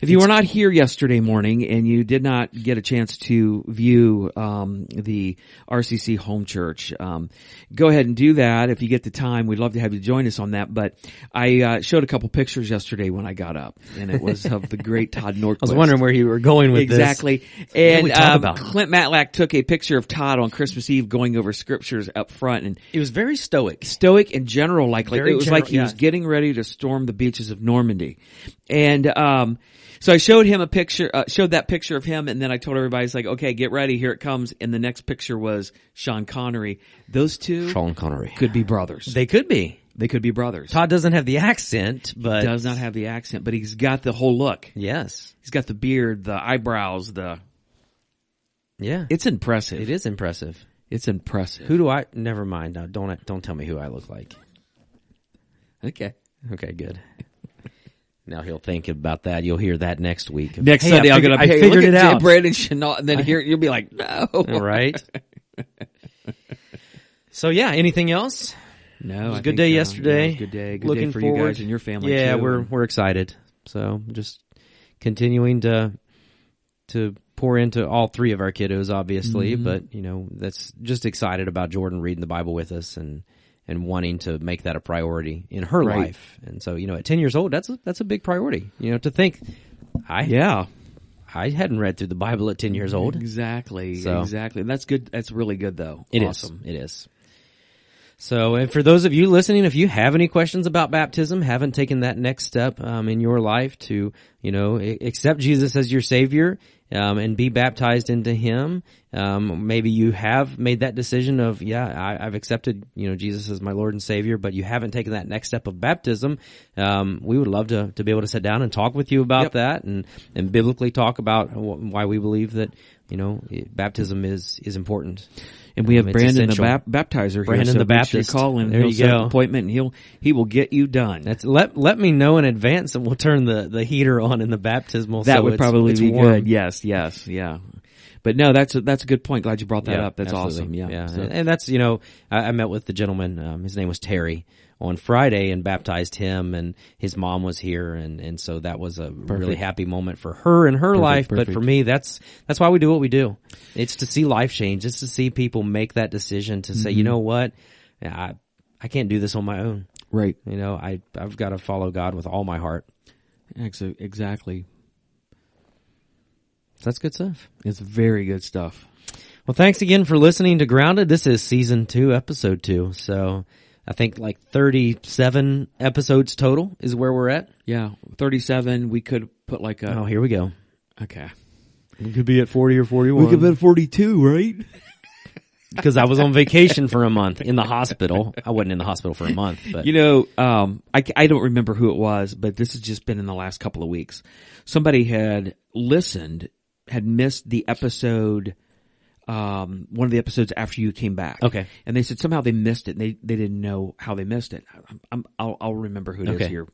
S2: if you were not here yesterday morning and you did not get a chance to view um, the RCC home church, um, go ahead and do that if you get the time. We'd love to have you join us on that. But I uh, showed a couple pictures yesterday when I got up, and it was of the great Todd Norquist.
S1: I was wondering where you were going with this.
S2: Exactly.
S1: did we
S2: And
S1: talk
S2: um,
S1: about?
S2: Clint Matlack took a picture of Todd on Christmas Eve going over scriptures up front and
S1: It was very stoic.
S2: stoic in general. Like, like
S1: Very
S2: it was
S1: general,
S2: like he was
S1: yeah.
S2: getting ready to storm the beaches of Normandy, and um, so I showed him a picture, uh, showed that picture of him, and then I told everybody, "It's like, okay, get ready, here it comes." And the next picture was Sean Connery. Those two
S1: Sean Connery.
S2: could be brothers. They,
S1: They could be.
S2: could be brothers.
S1: Todd doesn't have the accent, but
S2: does not have the accent, but he's got the whole look.
S1: yes,
S2: He's got the beard, the eyebrows, the.
S1: yeah,
S2: It's impressive.
S1: it is impressive.
S2: It's impressive.
S1: Who do I? Never mind. Now don't don't tell me who I look like.
S2: Okay.
S1: Okay, good. Now he'll think about that. You'll hear that next week.
S2: Next
S1: Hey, I
S2: Sunday, I'm
S1: figured-
S2: gonna.
S1: I
S2: hey,
S1: figured
S2: look
S1: it
S2: at
S1: out.
S2: Brandon Chenault, and then here you'll be like, no,
S1: All right. so yeah, anything else?
S2: No,
S1: It was a good day yesterday.
S2: good day. Good
S1: Looking
S2: day for
S1: forward.
S2: you guys and your family.
S1: Yeah,
S2: too.
S1: we're we're excited. So just continuing to to pour into all three of our kiddos, obviously.
S2: Mm-hmm.
S1: But you know, that's just excited about Jordan reading the Bible with us and and wanting to make that a priority in her
S2: Right.
S1: life. And so you know, at ten years old, that's a, that's a big priority. You know, to think I
S2: yeah,
S1: I hadn't read through the Bible at ten years old.
S2: exactly,
S1: So.
S2: exactly. That's good. That's really good though.
S1: It is.
S2: awesome.
S1: It is. So, and for those of you listening, if you have any questions about baptism, haven't taken that next step um, in your life to, you know, a- accept Jesus as your Savior um, and be baptized into Him, um, maybe you have made that decision of, yeah, I, I've accepted, you know, Jesus as my Lord and Savior, but you haven't taken that next step of baptism. Um, we would love to to be able to sit down and talk with you about
S2: Yep.
S1: that and and biblically talk about wh- why we believe that. You know, it- baptism is is important.
S2: And we have
S1: Um, it's
S2: Brandon
S1: essential.
S2: the bap- baptizer
S1: Brandon
S2: here. so
S1: the
S2: make sure you
S1: Baptist.
S2: Call him.
S1: There
S2: he'll
S1: you
S2: set an
S1: go.
S2: appointment, and he'll he will get you done.
S1: That's let let me know in advance, and we'll turn the, the heater on in the baptismal.
S2: that
S1: so
S2: would
S1: it's-
S2: probably
S1: it's
S2: be
S1: warm.
S2: good. Yes, yes, yeah. But no, that's a, that's a good point. Glad you brought that
S1: Yeah,
S2: up. That's awesome.
S1: absolutely.
S2: Yeah, So-
S1: and, and that's you know, I, I met with the gentleman. Um, his name was Terry on Friday and baptized him, and his mom was here, and and so that was a really happy moment for her and her life. But for
S2: perfect.
S1: me, that's that's why we do what we do. It's to see life change. It's to see people make that decision to say, you
S2: Mm-hmm.
S1: know what, I I can't do this on my own.
S2: right.
S1: You know, I I've got to follow God with all my heart.
S2: Ex- Exactly.
S1: So that's good stuff.
S2: It's very good stuff.
S1: Well, thanks again for listening to Grounded. This is season two, episode two. So I think like 37 episodes total is where we're at.
S2: Yeah, thirty-seven. We could put like a
S1: Oh, here we go.
S2: okay.
S1: We could be at 40 or 41.
S2: at forty-two, right?
S1: because I was on vacation for a month in the hospital. I wasn't in the hospital for a month, but
S2: You know, um, I, I don't remember who it was, but this has just been in the last couple of weeks. Somebody had listened, had missed the episode, um, one of the episodes after you came back.
S1: Okay.
S2: And they said somehow they missed it and they, they didn't know how they missed it. I'm, I'm, I'll, I'll remember who it is
S1: Okay.
S2: here.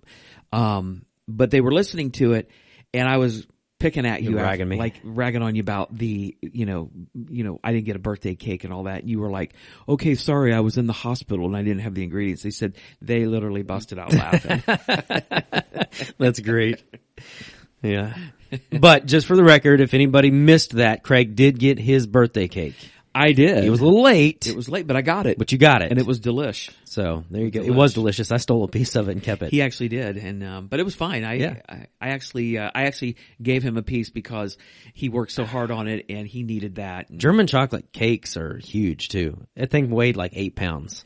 S2: Um, but they were listening to it and I was picking at you,
S1: You're ragging me.
S2: like ragging on you about the, you know, you know, I didn't get a birthday cake and all that. And you were like, okay, sorry, I was in the hospital and I didn't have the ingredients. They said they literally busted out laughing.
S1: that's great. Yeah. But just for the record, if anybody missed that, Craig did get his birthday cake.
S2: I did.
S1: It was a little late,
S2: it was late, but I got it.
S1: but you got it.
S2: and it was delish.
S1: so there you go. It was delicious. I stole a piece of it and kept it.
S2: He actually did, and um, but it was fine. I
S1: Yeah.
S2: I, I actually uh, I actually gave him a piece because he worked so hard on it and he needed that. And
S1: German chocolate cakes are huge too. That thing weighed like eight pounds.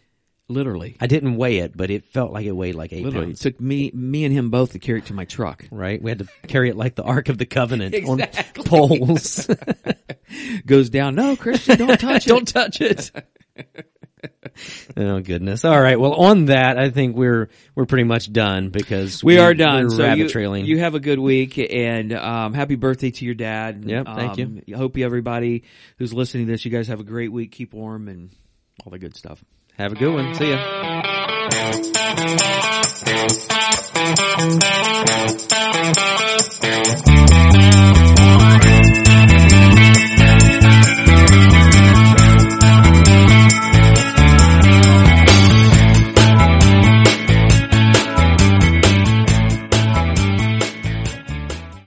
S2: literally,
S1: I didn't weigh it, but it felt like it weighed like eight
S2: literally, it
S1: pounds.
S2: took me me and him both to carry it to my truck.
S1: Right? We had to carry it like the Ark of the Covenant
S2: Exactly.
S1: on poles.
S2: Goes down. No, Christian, don't touch it.
S1: Don't touch it. oh goodness! All right. Well, on that, I think we're we're pretty much done because
S2: We are done.
S1: We're
S2: so
S1: rabbit
S2: you,
S1: trailing.
S2: you have a good week and um, happy birthday to your dad.
S1: Yep, thank
S2: Um, I hope you everybody who's listening to this, you guys have a great week. Keep warm and all the good stuff.
S1: have a good one. See ya.